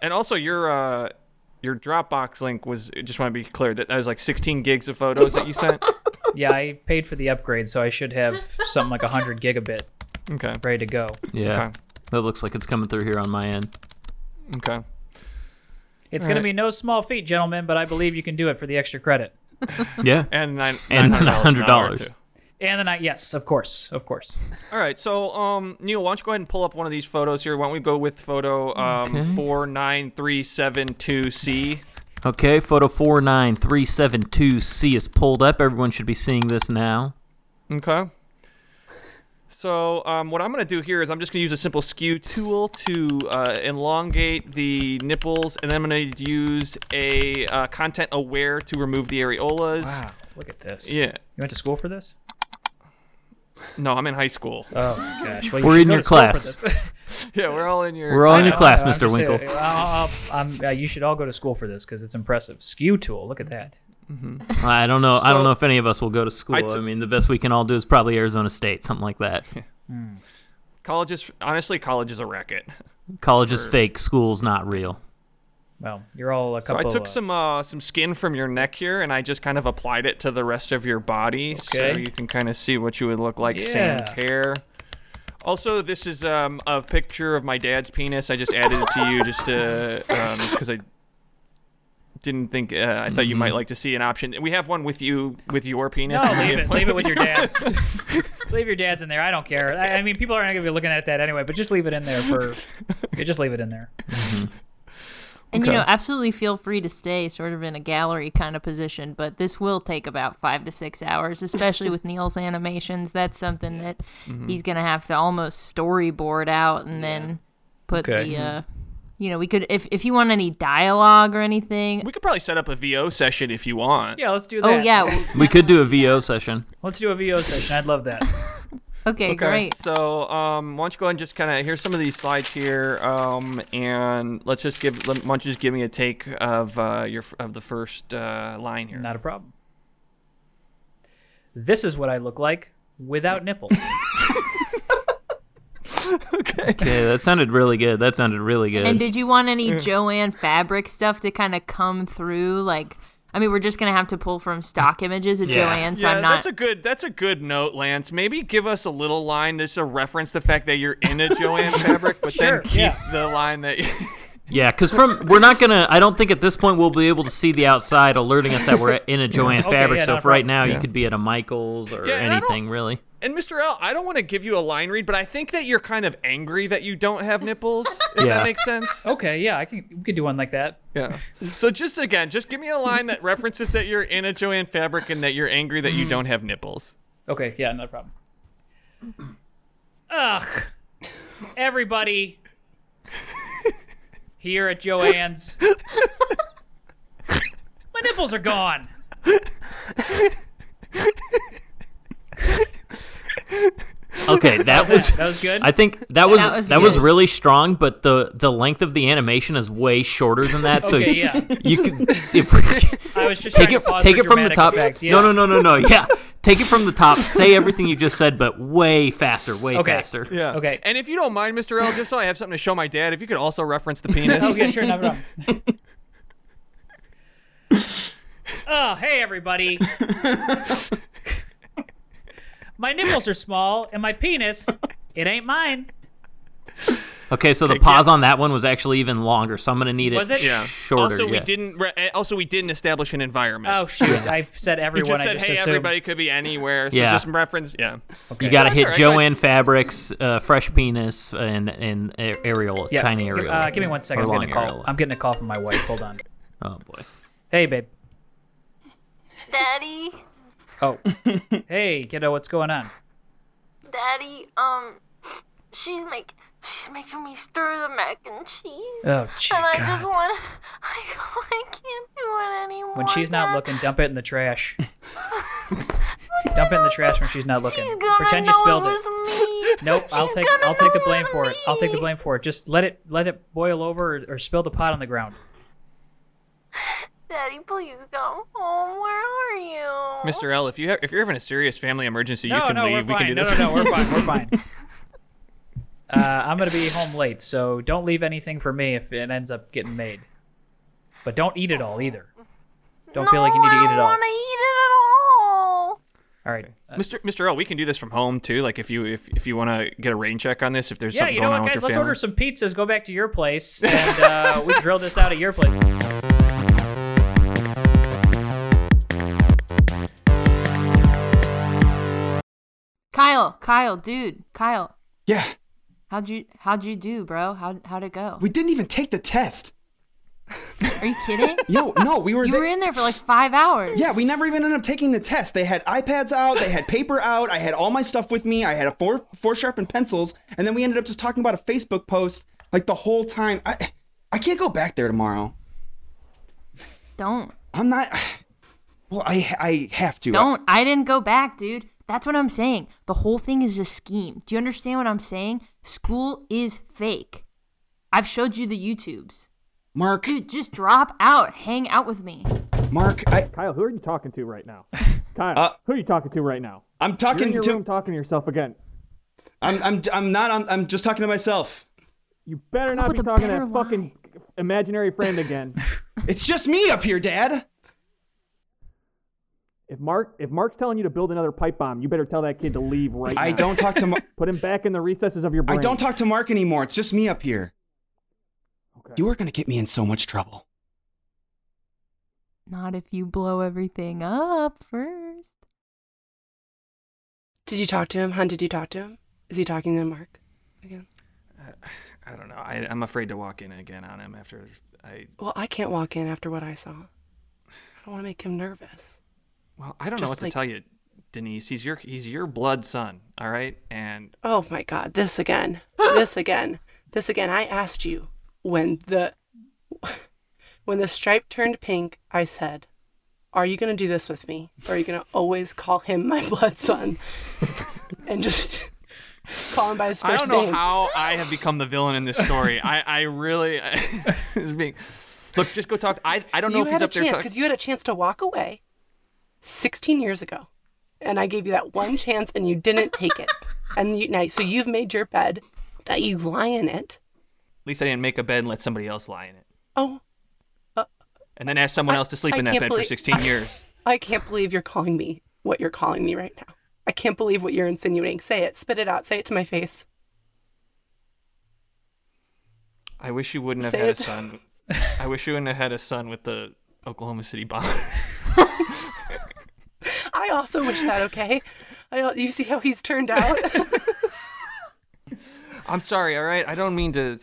[SPEAKER 1] And also your uh your Dropbox link was just want to be clear that that was like 16 gigs of photos that you sent.
[SPEAKER 2] Yeah, I paid for the upgrade, so I should have something like hundred gigabit
[SPEAKER 1] Okay.
[SPEAKER 2] ready to go.
[SPEAKER 5] Yeah.
[SPEAKER 1] Okay.
[SPEAKER 5] That looks like it's coming through here on my end.
[SPEAKER 1] Okay.
[SPEAKER 2] It's going
[SPEAKER 1] Alright.
[SPEAKER 2] to be no small feat, gentlemen, but I believe you can do it for the extra credit.
[SPEAKER 5] Yeah.
[SPEAKER 1] And nine
[SPEAKER 5] And
[SPEAKER 1] $900 an hour,
[SPEAKER 5] $900.
[SPEAKER 1] too.
[SPEAKER 2] And then I, yes, of course, of course.
[SPEAKER 1] All right, so um, Neil, why don't you go ahead and pull up one of these photos here? Why don't we go with photo um four nine three seven two C?
[SPEAKER 5] Okay, photo 49372C is pulled up. Everyone should be seeing this now.
[SPEAKER 1] Okay. So um, what I'm gonna do here is I'm just gonna use a simple skew tool to uh, elongate the nipples, and then I'm gonna use a uh, content aware to remove the areolas.
[SPEAKER 2] Wow, look at this. You
[SPEAKER 1] Yeah.
[SPEAKER 2] went to school for this?
[SPEAKER 1] No, I'm in high school.
[SPEAKER 2] Oh, my gosh. Well, you
[SPEAKER 5] We're
[SPEAKER 2] should
[SPEAKER 5] in
[SPEAKER 2] go
[SPEAKER 5] your
[SPEAKER 2] to school for
[SPEAKER 5] class.
[SPEAKER 2] this.
[SPEAKER 1] Yeah, we're all in your.
[SPEAKER 5] We're all in your
[SPEAKER 2] I
[SPEAKER 5] class,
[SPEAKER 2] know, I'm
[SPEAKER 5] Mr.
[SPEAKER 2] just saying,
[SPEAKER 5] Winkle.
[SPEAKER 2] I'll- I'll- I'm- uh, you should all go to school for this because it's impressive. Skew tool, look at that.
[SPEAKER 5] I don't know. I don't
[SPEAKER 1] So-
[SPEAKER 5] know if any of us will go to school. I
[SPEAKER 1] I t-
[SPEAKER 5] mean, the best we can all do is probably Arizona State, something like that.
[SPEAKER 1] College is honestly college is a racket.
[SPEAKER 5] College is fake, school's not real.
[SPEAKER 2] Well, you're all a
[SPEAKER 1] So I
[SPEAKER 2] couple.
[SPEAKER 1] took
[SPEAKER 2] uh,
[SPEAKER 1] some uh, some skin from your neck here, and I just kind of applied it to the rest of your body, so
[SPEAKER 2] Okay.
[SPEAKER 1] you can kind of see what you would look like sans
[SPEAKER 2] Yeah.
[SPEAKER 1] hair. Also, this is um, a picture of my dad's penis. I just added it to you just to because I didn't think uh, I thought you might like to see an option. We have one with you with your penis.
[SPEAKER 2] Mm-hmm. No,
[SPEAKER 1] and we have one
[SPEAKER 2] leave it. Leave it with your dads. leave your dads in there. I don't care. I, I mean, people aren't going to be looking at that anyway, but just leave it in there for. yeah, just leave it in there.
[SPEAKER 6] And you know, absolutely feel free to stay sort of in a gallery kind of position, but this will take about five to six hours, especially with Neil's animations. That's something that he's gonna have to almost storyboard out and then put
[SPEAKER 5] Okay.
[SPEAKER 6] the uh you know, we could if if you want any dialogue or anything.
[SPEAKER 1] We could probably set up a VO session if you want.
[SPEAKER 2] Yeah, let's do that.
[SPEAKER 6] Oh yeah. w-
[SPEAKER 5] We could do a VO session.
[SPEAKER 2] Let's do a VO session. I'd love that.
[SPEAKER 6] Okay, great.
[SPEAKER 1] So, um, why don't you go ahead and just kind of here's some of these slides here, um, and let's just give let, why don't you just give me a take of uh, your f- of the first uh, line here.
[SPEAKER 2] Not a problem. This is what I look like without nipples.
[SPEAKER 5] Okay, that sounded really good. That sounded really good.
[SPEAKER 6] And did you want any Joanne fabric stuff to kind of come through? Like, I mean, we're just gonna have to pull from stock images of
[SPEAKER 5] Yeah.
[SPEAKER 6] Joanne, so
[SPEAKER 1] yeah,
[SPEAKER 6] I'm not.
[SPEAKER 1] that's a good that's a good note, Lance. Maybe give us a little line just to reference the fact that you're in a Joanne fabric, but
[SPEAKER 2] Sure,
[SPEAKER 1] then keep
[SPEAKER 2] yeah.
[SPEAKER 1] the line that.
[SPEAKER 5] yeah, because from we're not gonna. I don't think at this point we'll be able to see the outside, alerting us that we're in a Joanne
[SPEAKER 2] Okay,
[SPEAKER 5] fabric.
[SPEAKER 2] yeah,
[SPEAKER 5] so
[SPEAKER 2] not a
[SPEAKER 5] if right
[SPEAKER 2] problem.
[SPEAKER 5] now you could be at a Michaels or
[SPEAKER 1] Yeah, and I don't-
[SPEAKER 5] anything really.
[SPEAKER 1] and Mr. L, I don't want to give you a line read, but I think that you're kind of angry that you don't have nipples. If
[SPEAKER 5] Yeah.
[SPEAKER 1] that makes sense.
[SPEAKER 2] okay, yeah, I can. We could do one like that.
[SPEAKER 1] Yeah. So just again, just give me a line that references that you're in a Joanne fabric and that you're angry that you don't have nipples.
[SPEAKER 2] Okay, yeah, not a problem. Ugh. Everybody here at Joanne's. My nipples are gone.
[SPEAKER 5] Okay, that was.
[SPEAKER 2] That was good.
[SPEAKER 5] I think that was
[SPEAKER 6] That was
[SPEAKER 5] that was
[SPEAKER 6] good.
[SPEAKER 5] really strong, but the the length of the animation is way shorter than that. So
[SPEAKER 2] Okay, yeah.
[SPEAKER 5] you could if we,
[SPEAKER 2] I was just
[SPEAKER 5] take
[SPEAKER 2] trying
[SPEAKER 5] it
[SPEAKER 2] to pause
[SPEAKER 5] take
[SPEAKER 2] for
[SPEAKER 5] it from the
[SPEAKER 2] dramatic
[SPEAKER 5] top.
[SPEAKER 2] effect, yeah.
[SPEAKER 5] No, no, no, no, no. Yeah, take it from the top. Say everything you just said, but way faster, way
[SPEAKER 2] Okay.
[SPEAKER 5] faster.
[SPEAKER 1] Yeah.
[SPEAKER 2] Okay.
[SPEAKER 1] And if you don't mind, Mr. L, just so I have something to show my dad, if you could also reference the penis.
[SPEAKER 2] Oh, yeah, sure, not a problem. oh, hey, everybody. my nipples are small, and my penis, it ain't mine.
[SPEAKER 5] Okay, so the pause on that one was actually even longer. So I'm gonna need it.
[SPEAKER 2] Was it? Yeah.
[SPEAKER 5] Shorter.
[SPEAKER 1] also, we
[SPEAKER 5] yeah.
[SPEAKER 1] didn't. Re- eh, also, we didn't establish an environment.
[SPEAKER 2] Oh, shoot. I said
[SPEAKER 1] we
[SPEAKER 2] everyone.
[SPEAKER 1] just
[SPEAKER 2] I
[SPEAKER 1] said,
[SPEAKER 2] just
[SPEAKER 1] "Hey,
[SPEAKER 2] assumed.
[SPEAKER 1] everybody could be anywhere." So
[SPEAKER 5] Yeah.
[SPEAKER 1] just reference. Yeah. That's
[SPEAKER 5] You got to hit
[SPEAKER 1] all right, go ahead.
[SPEAKER 5] Joanne Fabrics, uh, Fresh Penis, and and a- Ariel,
[SPEAKER 2] Yeah.
[SPEAKER 5] tiny
[SPEAKER 2] give-
[SPEAKER 5] Ariel.
[SPEAKER 2] Uh, give me one second.
[SPEAKER 5] Or
[SPEAKER 2] I'm
[SPEAKER 5] long
[SPEAKER 2] getting, a call.
[SPEAKER 5] Ariel.
[SPEAKER 2] I'm getting a call from my wife. Hold on.
[SPEAKER 5] Oh boy.
[SPEAKER 2] Hey, babe.
[SPEAKER 6] Daddy,
[SPEAKER 2] Oh. hey, kiddo, what's going on?
[SPEAKER 7] Daddy, um, she's make she's making me stir the mac and cheese,
[SPEAKER 2] Oh, gee,
[SPEAKER 7] and I
[SPEAKER 2] God.
[SPEAKER 7] just want I I can't do it anymore.
[SPEAKER 2] When she's not
[SPEAKER 7] Dad.
[SPEAKER 2] looking, dump it in the trash. dump it in the trash when she's not looking.
[SPEAKER 7] she's gonna
[SPEAKER 2] Pretend
[SPEAKER 7] know
[SPEAKER 2] you spilled it.
[SPEAKER 7] was me.
[SPEAKER 2] Nope, I'll
[SPEAKER 7] She's
[SPEAKER 2] take
[SPEAKER 7] gonna
[SPEAKER 2] I'll take the
[SPEAKER 7] know
[SPEAKER 2] blame
[SPEAKER 7] it's
[SPEAKER 2] for it. I'll take the
[SPEAKER 7] me.
[SPEAKER 2] blame for it. Just let it let it boil over or, or spill the pot on the ground.
[SPEAKER 7] Daddy, please come home. Where are you?
[SPEAKER 1] Mr. L, if you have, if you're having a serious family emergency, you
[SPEAKER 2] no,
[SPEAKER 1] can
[SPEAKER 2] no,
[SPEAKER 1] leave.
[SPEAKER 2] we're
[SPEAKER 1] we
[SPEAKER 2] fine.
[SPEAKER 1] can do
[SPEAKER 2] no,
[SPEAKER 1] this.
[SPEAKER 2] no, no, we're fine. We're fine. Uh, I'm gonna be home late, so don't leave anything for me if it ends up getting made. But don't eat it all either. Don't feel like you need to eat it all.
[SPEAKER 7] I don't want to eat it at all.
[SPEAKER 2] All right. Uh,
[SPEAKER 1] Mr. Mr. L, we can do this from home too. Like if you if, if you want to get a rain check on this, if there's
[SPEAKER 2] yeah,
[SPEAKER 1] something
[SPEAKER 2] you know
[SPEAKER 1] going
[SPEAKER 2] what,
[SPEAKER 1] on with
[SPEAKER 2] guys?
[SPEAKER 1] your
[SPEAKER 2] Let's
[SPEAKER 1] family.
[SPEAKER 2] order some pizzas. Go back to your place, and uh, we drill this out at your place.
[SPEAKER 6] Kyle, Kyle, dude, Kyle.
[SPEAKER 4] Yeah,
[SPEAKER 6] How'd you how'd you do, bro? How how'd it go?
[SPEAKER 4] we didn't even take the test.
[SPEAKER 6] Are you kidding?
[SPEAKER 4] Yo, no, we were.
[SPEAKER 6] you
[SPEAKER 4] there-
[SPEAKER 6] were in there for like five hours.
[SPEAKER 4] Yeah, we never even ended up taking the test. They had iPads out, they had paper out, I had all my stuff with me, I had a four four sharpened pencils, and then we ended up just talking about a Facebook post like the whole time. I I can't go back there tomorrow.
[SPEAKER 6] Don't
[SPEAKER 4] I'm not Well, I I have to.
[SPEAKER 6] don't. I didn't go back, dude. That's what I'm saying. The whole thing is a scheme. Do you understand what I'm saying? School is fake. I've showed you the YouTubes.
[SPEAKER 4] Mark,
[SPEAKER 6] Dude, just drop out. Hang out with me.
[SPEAKER 4] Mark, I
[SPEAKER 8] Kyle, who are you talking to right now? Kyle, who are you talking to right now?
[SPEAKER 4] I'm
[SPEAKER 8] You're in
[SPEAKER 4] Uh, talking
[SPEAKER 8] your
[SPEAKER 4] to
[SPEAKER 8] room talking to yourself again.
[SPEAKER 4] I'm I'm I'm not I'm, I'm just talking to myself.
[SPEAKER 8] You better
[SPEAKER 6] up
[SPEAKER 8] not be
[SPEAKER 6] with a
[SPEAKER 8] talking to
[SPEAKER 6] better
[SPEAKER 8] that fucking
[SPEAKER 9] imaginary friend again.
[SPEAKER 4] It's just me up here, Dad.
[SPEAKER 9] If Mark, if Mark's telling you to build another pipe bomb, you better tell that kid to leave right now.
[SPEAKER 4] I don't talk to. Mar-
[SPEAKER 9] put him back in the recesses of your
[SPEAKER 4] I
[SPEAKER 9] brain.
[SPEAKER 4] don't talk to Mark anymore. It's just me up here.
[SPEAKER 9] Okay.
[SPEAKER 4] You are gonna get me in so much trouble.
[SPEAKER 6] Not if you blow everything up first.
[SPEAKER 3] Did you talk to him? Hun, did you talk to him? Is he talking to Mark again?
[SPEAKER 1] I don't know. I, I'm afraid to walk in again on him after I.
[SPEAKER 3] Well, I can't walk in after what I saw. I don't want to make him nervous.
[SPEAKER 1] Well, I don't
[SPEAKER 3] Just
[SPEAKER 1] know what
[SPEAKER 3] like-
[SPEAKER 1] to tell you, Denise. He's your he's your blood son. All right, and
[SPEAKER 3] Oh my god, this again. this again. This again. I asked you when the when the stripe turned pink, I said, "Are you going to do this with me? Or are you going to always call him my blood son?" and just call him by his
[SPEAKER 1] I
[SPEAKER 3] first
[SPEAKER 1] don't know
[SPEAKER 3] name.
[SPEAKER 1] how I have become the villain in this story. I I really is being. Look, just go talk. I I don't know
[SPEAKER 3] you
[SPEAKER 1] if
[SPEAKER 3] had
[SPEAKER 1] he's
[SPEAKER 3] a
[SPEAKER 1] up there.
[SPEAKER 3] chance
[SPEAKER 1] talk-
[SPEAKER 3] because you had a chance to walk away 16 years ago and i gave you that one chance and you didn't take it and you now so you've made your bed now you lie in it
[SPEAKER 1] At least I didn't make a bed and let somebody else lie in it,
[SPEAKER 3] oh
[SPEAKER 1] and then ask someone else to sleep
[SPEAKER 3] I
[SPEAKER 1] in that
[SPEAKER 3] can't
[SPEAKER 1] bed for
[SPEAKER 3] believe-
[SPEAKER 1] 16 years.
[SPEAKER 3] i can't believe you're calling me what you're calling me right now i can't believe what you're insinuating say it spit it out say it to my face
[SPEAKER 1] I wish you wouldn't have
[SPEAKER 3] Say
[SPEAKER 1] had a
[SPEAKER 3] it.
[SPEAKER 1] son. I wish you wouldn't have had a son with the Oklahoma City bomber.
[SPEAKER 3] i also wish that okay I, al- you see how he's turned out
[SPEAKER 1] I'm sorry, all right? I don't mean to.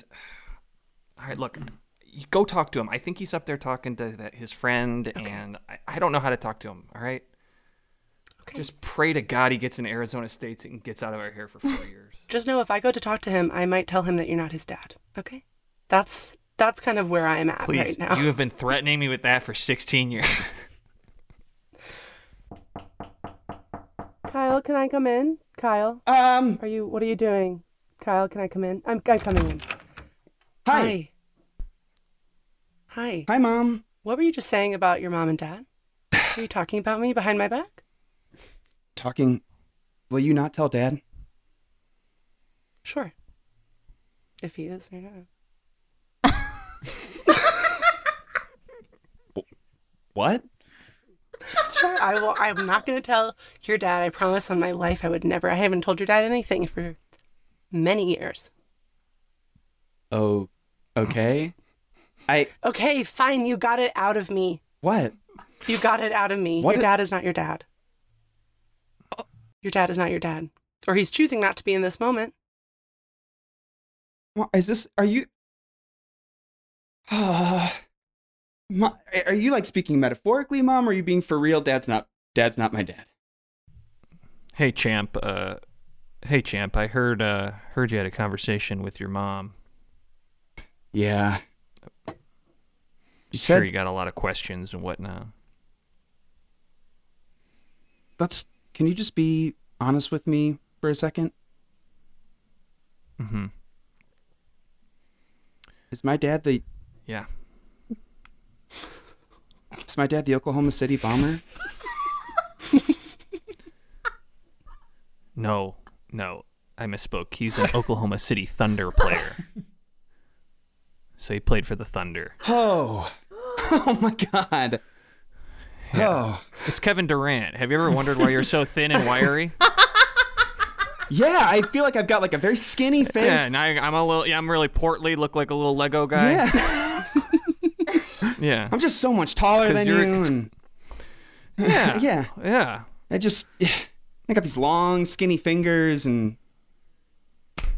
[SPEAKER 1] All right, look, you go talk to him. I think he's up there talking to that, his friend, and I, I don't know how to talk to him, all right? Just pray to God he gets in Arizona State and gets out of our hair for four years.
[SPEAKER 3] just know if i go to talk to him i might tell him that you're not his dad okay that's that's kind of where i'm at
[SPEAKER 1] Please,
[SPEAKER 3] right now
[SPEAKER 1] you have been threatening me with that for 16 years.
[SPEAKER 3] Kyle, can I come in? Kyle,
[SPEAKER 4] Um.
[SPEAKER 3] are you? What are you doing? Kyle, can I come in? I'm, I'm coming in.
[SPEAKER 4] Hi.
[SPEAKER 3] Hi.
[SPEAKER 4] Hi, Mom.
[SPEAKER 3] What were you just saying about your mom and dad? Were you talking about me behind my back?
[SPEAKER 4] Talking. Will you not tell Dad?
[SPEAKER 3] Sure. If he is or not.
[SPEAKER 4] What?
[SPEAKER 3] Sure. I will. I'm not going to tell your dad. I promise on my life I would never. I haven't told your dad anything for many years.
[SPEAKER 4] Oh. Okay. I.
[SPEAKER 3] Okay, fine. You got it out of me.
[SPEAKER 4] What?
[SPEAKER 3] You got it out of me.
[SPEAKER 4] What
[SPEAKER 3] your
[SPEAKER 4] i-
[SPEAKER 3] dad is not your dad. Your dad is not your dad. Or he's choosing not to be in this moment.
[SPEAKER 4] Wha- Is this? Are you? Ma- are you like speaking metaphorically, Mom? Or are you being for real? Dad's not. Dad's not my dad.
[SPEAKER 1] hey, champ. Uh, hey, champ. I heard uh, heard you had a conversation with your mom.
[SPEAKER 4] Yeah. You
[SPEAKER 1] Sure,
[SPEAKER 4] said
[SPEAKER 1] you got a lot of questions and whatnot.
[SPEAKER 4] let's. Can you just be honest with me for a second?
[SPEAKER 1] Mm-hmm.
[SPEAKER 4] Is my dad the?
[SPEAKER 1] Yeah.
[SPEAKER 4] Is my dad the Oklahoma City bomber?
[SPEAKER 1] No, no, I misspoke. He's an Oklahoma City Thunder player. So he played for the Thunder.
[SPEAKER 4] Oh. Oh my God. Oh.
[SPEAKER 1] It's Kevin Durant. Have you ever wondered why you're so thin and wiry?
[SPEAKER 4] Yeah, I feel like I've got like a very skinny face.
[SPEAKER 1] Yeah, now I'm a little. Yeah, I'm really portly. Look like a little Lego guy.
[SPEAKER 4] Yeah.
[SPEAKER 1] yeah,
[SPEAKER 4] I'm just so much taller
[SPEAKER 1] 'cause
[SPEAKER 4] than
[SPEAKER 1] you're-
[SPEAKER 4] you. And
[SPEAKER 1] yeah,
[SPEAKER 4] yeah.
[SPEAKER 1] yeah.
[SPEAKER 4] I just. I got these long, skinny fingers, and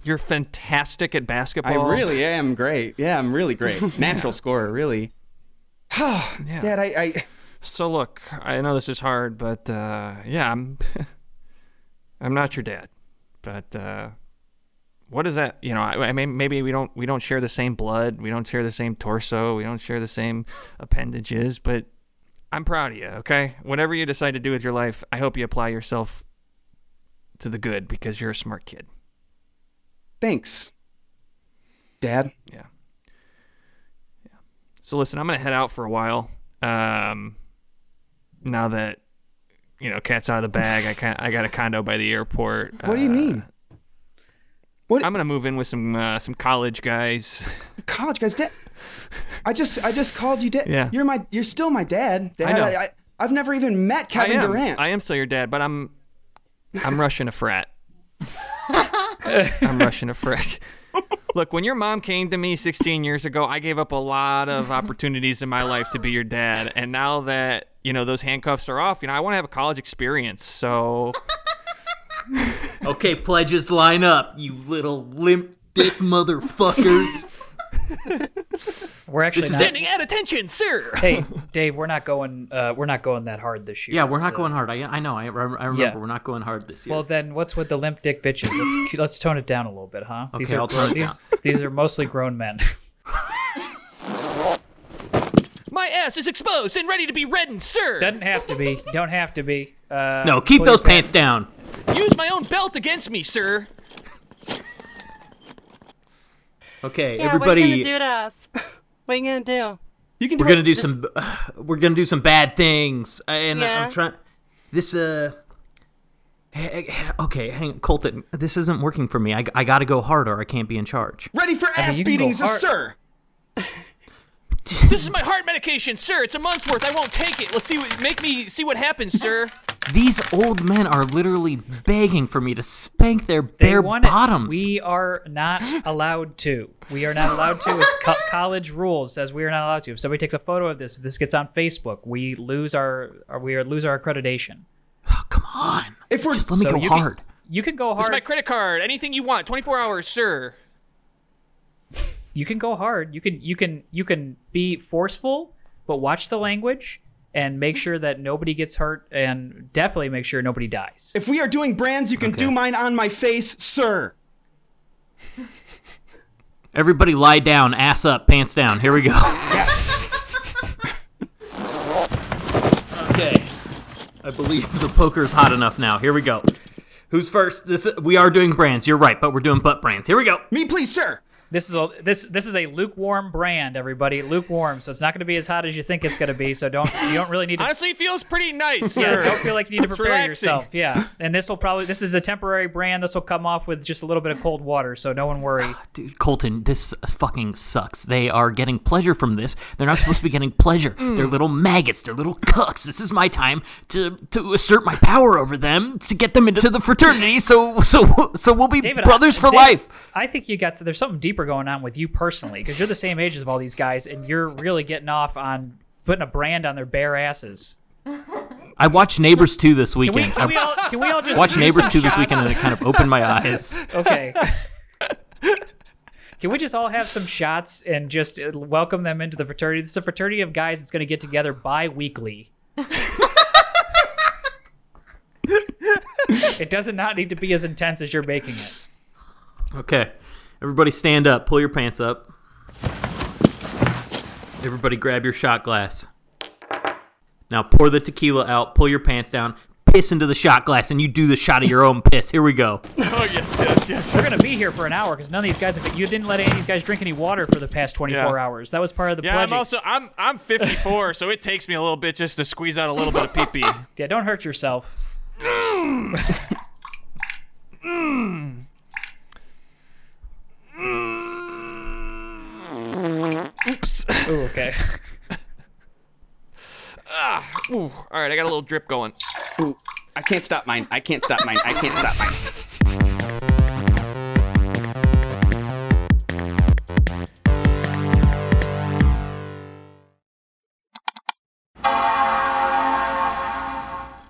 [SPEAKER 1] You're fantastic at
[SPEAKER 4] I
[SPEAKER 1] basketball.
[SPEAKER 4] really am great. Yeah, I'm really great. Natural scorer, really.
[SPEAKER 1] Yeah.
[SPEAKER 4] Dad, I, I.
[SPEAKER 1] So look, I know this is hard, but uh, yeah, I'm. I'm not your dad, but uh, what is that? You know, I, I mean, maybe we don't we don't share the same blood, we don't share the same torso, we don't share the same appendages, but I'm proud of you. Okay, whatever you decide to do with your life, I hope you apply yourself to the good because you're a smart kid.
[SPEAKER 4] Thanks. Dad.
[SPEAKER 1] Yeah. Yeah. So listen, I'm gonna head out for a while. Um, now that you know, cat's out of the bag, I can I got a condo by the airport.
[SPEAKER 4] What do you
[SPEAKER 1] Uh,
[SPEAKER 4] mean? What-
[SPEAKER 1] I'm gonna move in with some uh, some college guys.
[SPEAKER 4] college guys dad i just i just called you dad
[SPEAKER 1] Yeah.
[SPEAKER 4] you're my you're still my dad dad
[SPEAKER 1] know.
[SPEAKER 4] I, I, i've never even met kevin
[SPEAKER 1] I am.
[SPEAKER 4] durant
[SPEAKER 1] I am still your dad, but I'm I'm rushing a frat. I'm rushing a frat. Look, when your mom came to me 16 years ago, I gave up a lot of opportunities in my life to be your dad, and now that you know those handcuffs are off, you know I want to have a college experience. So
[SPEAKER 5] Okay, pledges line up, you little limp dick motherfuckers.
[SPEAKER 2] We're actually not,
[SPEAKER 1] standing at attention, sir.
[SPEAKER 2] hey, Dave, we're not going. Uh, we're not going that hard this year.
[SPEAKER 5] yeah, we're
[SPEAKER 2] It's,
[SPEAKER 5] not
[SPEAKER 2] uh,
[SPEAKER 5] going hard. I, I know. I, I remember
[SPEAKER 2] Yeah.
[SPEAKER 5] we're not going hard this year.
[SPEAKER 2] Well, then, what's with the limp dick bitches? Let's let's tone it down a little bit, huh?
[SPEAKER 5] Okay,
[SPEAKER 2] are
[SPEAKER 5] I'll tone it
[SPEAKER 2] these, these are mostly grown men.
[SPEAKER 1] My ass is exposed and ready to be reddened, sir.
[SPEAKER 2] Doesn't have to be. Don't have to be. Uh,
[SPEAKER 5] no, keep
[SPEAKER 2] pull
[SPEAKER 5] those
[SPEAKER 2] your pants-
[SPEAKER 5] pants down.
[SPEAKER 1] Use my own belt against me, sir.
[SPEAKER 5] Okay,
[SPEAKER 3] Yeah,
[SPEAKER 5] everybody.
[SPEAKER 3] what you gonna do to us? what you gonna do?
[SPEAKER 4] you can do
[SPEAKER 5] we're gonna
[SPEAKER 4] it.
[SPEAKER 5] do some we're gonna do some bad things I- and I-
[SPEAKER 3] Yeah.
[SPEAKER 5] i'm trying this uh h- h- okay hang colton this isn't working for me i, I gotta go harder i can't be in charge
[SPEAKER 4] ready for ass
[SPEAKER 2] you can go
[SPEAKER 4] beatings
[SPEAKER 2] hard.
[SPEAKER 4] is sir
[SPEAKER 1] This is my heart medication, sir. It's a month's worth. I won't take it. Let's see what make me see what happens, sir.
[SPEAKER 5] these old men are literally begging for me to spank their
[SPEAKER 2] They
[SPEAKER 5] bare
[SPEAKER 2] want it.
[SPEAKER 5] bottoms
[SPEAKER 2] We are not allowed to. We are not allowed to. It's co- college rules says we are not allowed to. If somebody takes a photo of this, if this gets on Facebook, we lose our or we lose our accreditation.
[SPEAKER 5] oh, come on
[SPEAKER 4] If we're-
[SPEAKER 5] just let me
[SPEAKER 4] so
[SPEAKER 5] go
[SPEAKER 4] you can-
[SPEAKER 5] hard
[SPEAKER 2] You can go
[SPEAKER 1] This is my
[SPEAKER 2] hard.
[SPEAKER 1] credit card. Anything you want. 24 hours, sir.
[SPEAKER 2] You can go hard. You can you can you can be forceful, but watch the language and make sure that nobody gets hurt and definitely make sure nobody dies.
[SPEAKER 4] if we are doing brands you can do mine on my face sir
[SPEAKER 5] everybody lie down ass up pants down here we go okay i believe the poker's hot enough now here we go who's first this we are doing brands you're right but we're doing butt brands here we go
[SPEAKER 4] me please sir
[SPEAKER 2] This is a this this is a lukewarm brand, everybody. Lukewarm, so it's not going to be as hot as you think it's going to be. So don't you don't really need to
[SPEAKER 1] Honestly, feels pretty nice,
[SPEAKER 2] Yeah,
[SPEAKER 1] sir.
[SPEAKER 2] don't feel like you need to
[SPEAKER 1] It's
[SPEAKER 2] prepare
[SPEAKER 1] relaxing.
[SPEAKER 2] yourself. Yeah, and this will probably this is a temporary brand. This will come off with just a little bit of cold water, so no one worry.
[SPEAKER 5] Dude, colton this fucking sucks they are getting pleasure from this they're not supposed to be getting pleasure
[SPEAKER 2] Mm.
[SPEAKER 5] they're little maggots they're little cucks this is my time to to assert my power over them to get them into the fraternity so so so we'll be
[SPEAKER 2] David,
[SPEAKER 5] brothers
[SPEAKER 2] I,
[SPEAKER 5] for
[SPEAKER 2] David,
[SPEAKER 5] life
[SPEAKER 2] I think you got there's something deeper going on with you personally because you're the same age as all these guys, and you're really getting off on putting a brand on their bare asses.
[SPEAKER 5] i watched neighbors 2 this
[SPEAKER 2] Can we,
[SPEAKER 5] weekend
[SPEAKER 2] can
[SPEAKER 5] I-
[SPEAKER 2] we all can we all just
[SPEAKER 5] watched
[SPEAKER 2] do
[SPEAKER 5] Neighbors
[SPEAKER 2] some
[SPEAKER 5] 2 this
[SPEAKER 2] shots?
[SPEAKER 5] weekend and it kind of opened my eyes.
[SPEAKER 2] Okay. Can we just all have some shots and just uh, welcome them into the fraternity? This is a fraternity of guys that's going to get together bi-weekly. it does not need to be as intense as you're making it.
[SPEAKER 5] Okay. Everybody stand up. Pull your pants up. Everybody grab your shot glass. Now pour the tequila out. Pull your pants down. Piss into the shot glass and you do the shot of your own piss. Here we go.
[SPEAKER 2] We're going to be here for an hour because none of these guys. Have, you didn't let any of these guys drink any water for the past 24
[SPEAKER 1] Yeah.
[SPEAKER 2] hours. That was part of the
[SPEAKER 1] Yeah,
[SPEAKER 2] pledge.
[SPEAKER 1] I'm also I'm I'm 54, so it takes me a little bit just to squeeze out a little bit of pee pee.
[SPEAKER 2] yeah, don't hurt yourself. Oops. Ooh, okay.
[SPEAKER 1] All right, I got a little drip going.
[SPEAKER 4] Ooh, i can't stop mine i can't stop mine i can't stop mine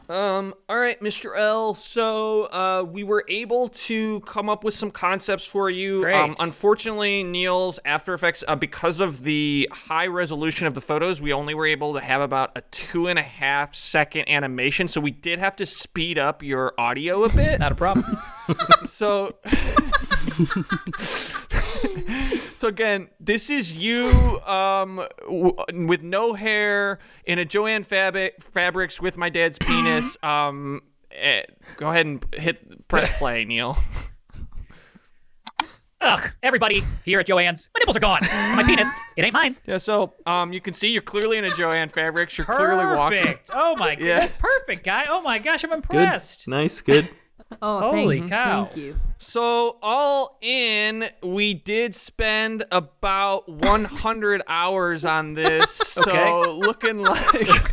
[SPEAKER 1] Um, all right, Mr. L. So, uh, we were able to come up with some concepts for you.
[SPEAKER 2] Great.
[SPEAKER 1] Um, unfortunately, Neil's After Effects, uh, because of the high resolution of the photos, we only were able to have about a two and a half second animation. So we did have to speed up your audio a bit.
[SPEAKER 2] Not a problem.
[SPEAKER 1] So, so again, this is you um, w- with no hair in a Joanne Fabric Fabrics with my dad's penis. Um, eh, go ahead and hit press play, Neil.
[SPEAKER 2] Ugh, everybody here at Joanne's, my nipples are gone. My penis, it ain't mine.
[SPEAKER 1] Yeah. So, um, you can see you're clearly in a Joanne Fabrics. You're clearly walking.
[SPEAKER 2] Perfect. Oh my god,
[SPEAKER 1] Yeah.
[SPEAKER 2] that's perfect, guy. Oh my gosh, I'm impressed.
[SPEAKER 5] Nice. Good.
[SPEAKER 6] Oh,
[SPEAKER 2] Holy
[SPEAKER 6] thank,
[SPEAKER 2] cow.
[SPEAKER 6] Thank you.
[SPEAKER 1] So all in, we did spend about 100 hours on this. So looking like,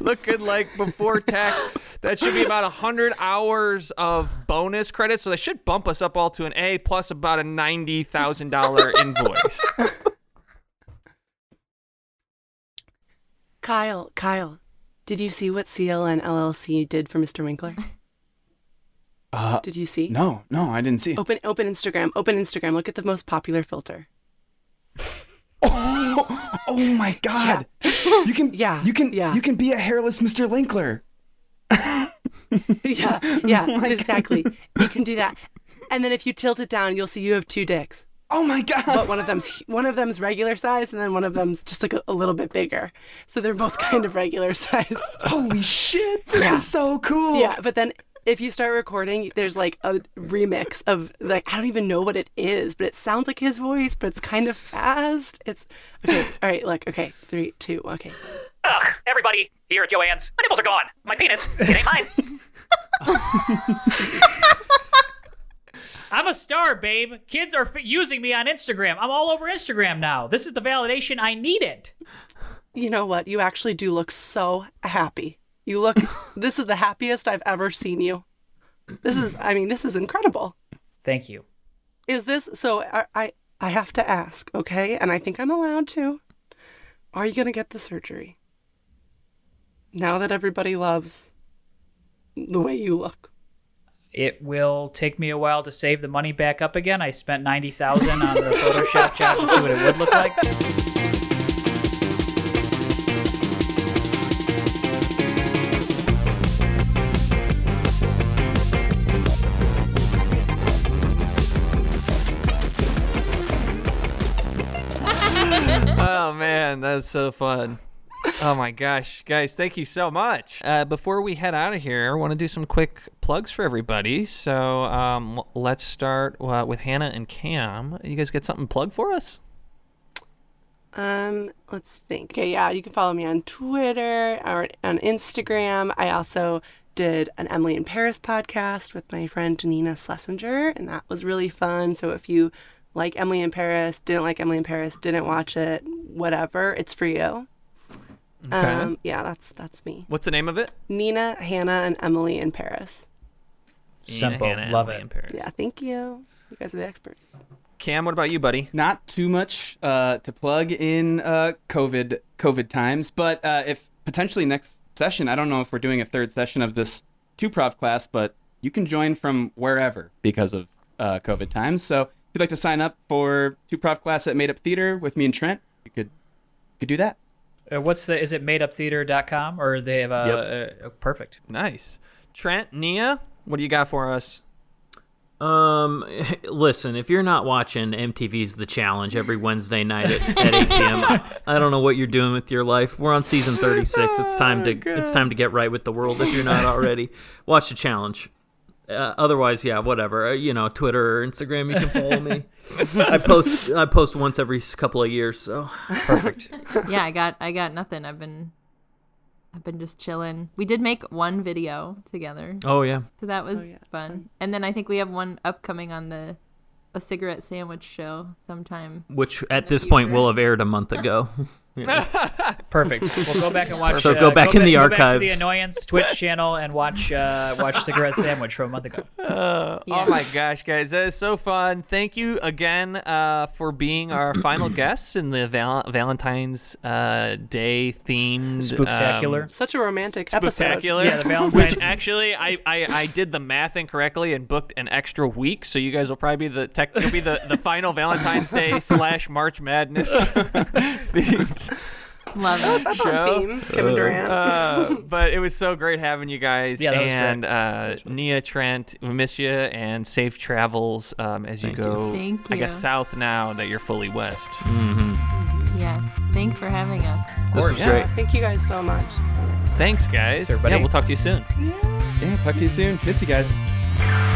[SPEAKER 1] looking like before tax, that should be about 100 hours of bonus credits. So that should bump us up all to an A plus about a ninety thousand dollar invoice.
[SPEAKER 3] Kyle, Kyle, did you see what CLN LLC did for Mr. Winkler?
[SPEAKER 4] Uh,
[SPEAKER 3] Did you see?
[SPEAKER 4] no, no, I didn't see it.
[SPEAKER 3] Open open Instagram. Open Instagram. Look at the most popular filter.
[SPEAKER 4] Oh, oh my God! You can,
[SPEAKER 3] Yeah,
[SPEAKER 4] you can,
[SPEAKER 3] yeah.
[SPEAKER 4] you can be a hairless Mr. Linkler.
[SPEAKER 3] Yeah, yeah, exactly. You can do that. And then if you tilt it down, you'll see you have two dicks.
[SPEAKER 4] Oh my God!
[SPEAKER 3] But one of them's one of them's regular size, and then one of them's just like a, a little bit bigger. So they're both kind of regular sized.
[SPEAKER 4] Holy shit! This is so cool.
[SPEAKER 3] Yeah, but then if you start recording, there's like a remix of like I don't even know what it is, but it sounds like his voice, but it's kind of fast. It's okay. All right, look. Okay, three, two. Okay.
[SPEAKER 10] Ugh, everybody, here at Joanne's, my nipples are gone. My penis, it ain't mine.
[SPEAKER 2] I'm a star, babe. Kids are f- using me on Instagram. I'm all over Instagram now. This is the validation I needed.
[SPEAKER 3] You know what? You actually do look so happy. You look. this is the happiest I've ever seen you. This is. I mean, this is incredible.
[SPEAKER 2] Thank you.
[SPEAKER 3] Is this so? I I, I have to ask. Okay, and I think I'm allowed to. Are you gonna get the surgery? Now that everybody loves the way you look.
[SPEAKER 2] It will take me a while to save the money back up again. I spent ninety thousand on the Photoshop job to see what it would look like.
[SPEAKER 1] oh man, that's so fun. Oh my gosh, guys, thank you so much. Uh, before we head out of here, I want to do some quick plugs for everybody. So um, l- let's start uh, with Hannah and Cam. You guys get something plugged for us?
[SPEAKER 3] Um, let's think. Okay, yeah, you can follow me on Twitter or on Instagram. I also did an Emily in Paris podcast with my friend Nina Schlesinger, and that was really fun. So if you like Emily in Paris, didn't like Emily in Paris, didn't watch it, whatever, it's for you. Um, yeah, that's that's me.
[SPEAKER 1] What's the name of it?
[SPEAKER 3] Nina, Hannah, and Emily in Paris.
[SPEAKER 2] Simple, love it.
[SPEAKER 3] Yeah, thank you. You guys are the experts.
[SPEAKER 1] Cam, what about you, buddy?
[SPEAKER 4] not too much uh, to plug in uh, COVID COVID times, but uh, if potentially next session, I don't know if we're doing a third session of this two prov class, but you can join from wherever because of uh, COVID times. So if you'd like to sign up for two prov class at Made Up Theater with me and Trent, you could you could do that.
[SPEAKER 2] Uh, what's the? Is it madeuptheater.com or they have a, uh uh perfect?
[SPEAKER 1] Nice. Trent, Nia, what do you got for us?
[SPEAKER 5] Um, listen, if you're not watching MTV's The Challenge every Wednesday night at, at 8 p.m., I, I don't know what you're doing with your life. We're on season 36. It's time to it's time to get right with the world. If you're not already, watch The Challenge. Uh, otherwise, yeah, whatever. Uh, you know, Twitter or Instagram, you can follow me. I post I post once every s- couple of years, so
[SPEAKER 6] yeah, I got I got nothing. I've been I've been just chilling. We did make one video together.
[SPEAKER 5] oh yeah.
[SPEAKER 6] So that was
[SPEAKER 3] yeah, it's
[SPEAKER 6] fun. And then I think we have one upcoming on the a cigarette sandwich show sometime.
[SPEAKER 5] Which at this point
[SPEAKER 6] future.
[SPEAKER 5] will have aired a month ago.
[SPEAKER 2] Perfect. We'll go back and watch.
[SPEAKER 5] So
[SPEAKER 2] uh,
[SPEAKER 5] go back in the
[SPEAKER 2] go back to the
[SPEAKER 5] archives.
[SPEAKER 2] annoyance Twitch channel and watch uh, watch Cigarette Sandwich from a month ago.
[SPEAKER 1] Oh my gosh, guys, that is so fun. Thank you again uh, for being our final guests in the val- Valentine's uh, Day themed um,
[SPEAKER 2] Spooktacular.
[SPEAKER 3] Such a romantic episode.
[SPEAKER 1] spectacular.
[SPEAKER 2] Yeah, the Valentine's-
[SPEAKER 1] Which actually, I, I I did the math incorrectly and booked an extra week, so you guys will probably be the tech. You'll be the, the final Valentine's Day slash March Madness themed
[SPEAKER 6] Love it.
[SPEAKER 3] That's on theme. Kevin Durant.
[SPEAKER 1] uh, but it was so great having you guys.
[SPEAKER 2] Yeah, that was great.
[SPEAKER 1] and uh, Nia Trent, we miss you, and safe travels um, as you go.
[SPEAKER 6] Thank
[SPEAKER 1] I guess
[SPEAKER 6] you.
[SPEAKER 1] south now that you're fully west.
[SPEAKER 6] Yes. Thanks for having us.
[SPEAKER 5] This was
[SPEAKER 1] Yeah.
[SPEAKER 5] great.
[SPEAKER 3] Thank you guys so much. So much.
[SPEAKER 1] Thanks, guys.
[SPEAKER 2] everybody.
[SPEAKER 1] Yeah, we'll talk to you soon.
[SPEAKER 4] Yeah, talk to you soon. Miss you guys.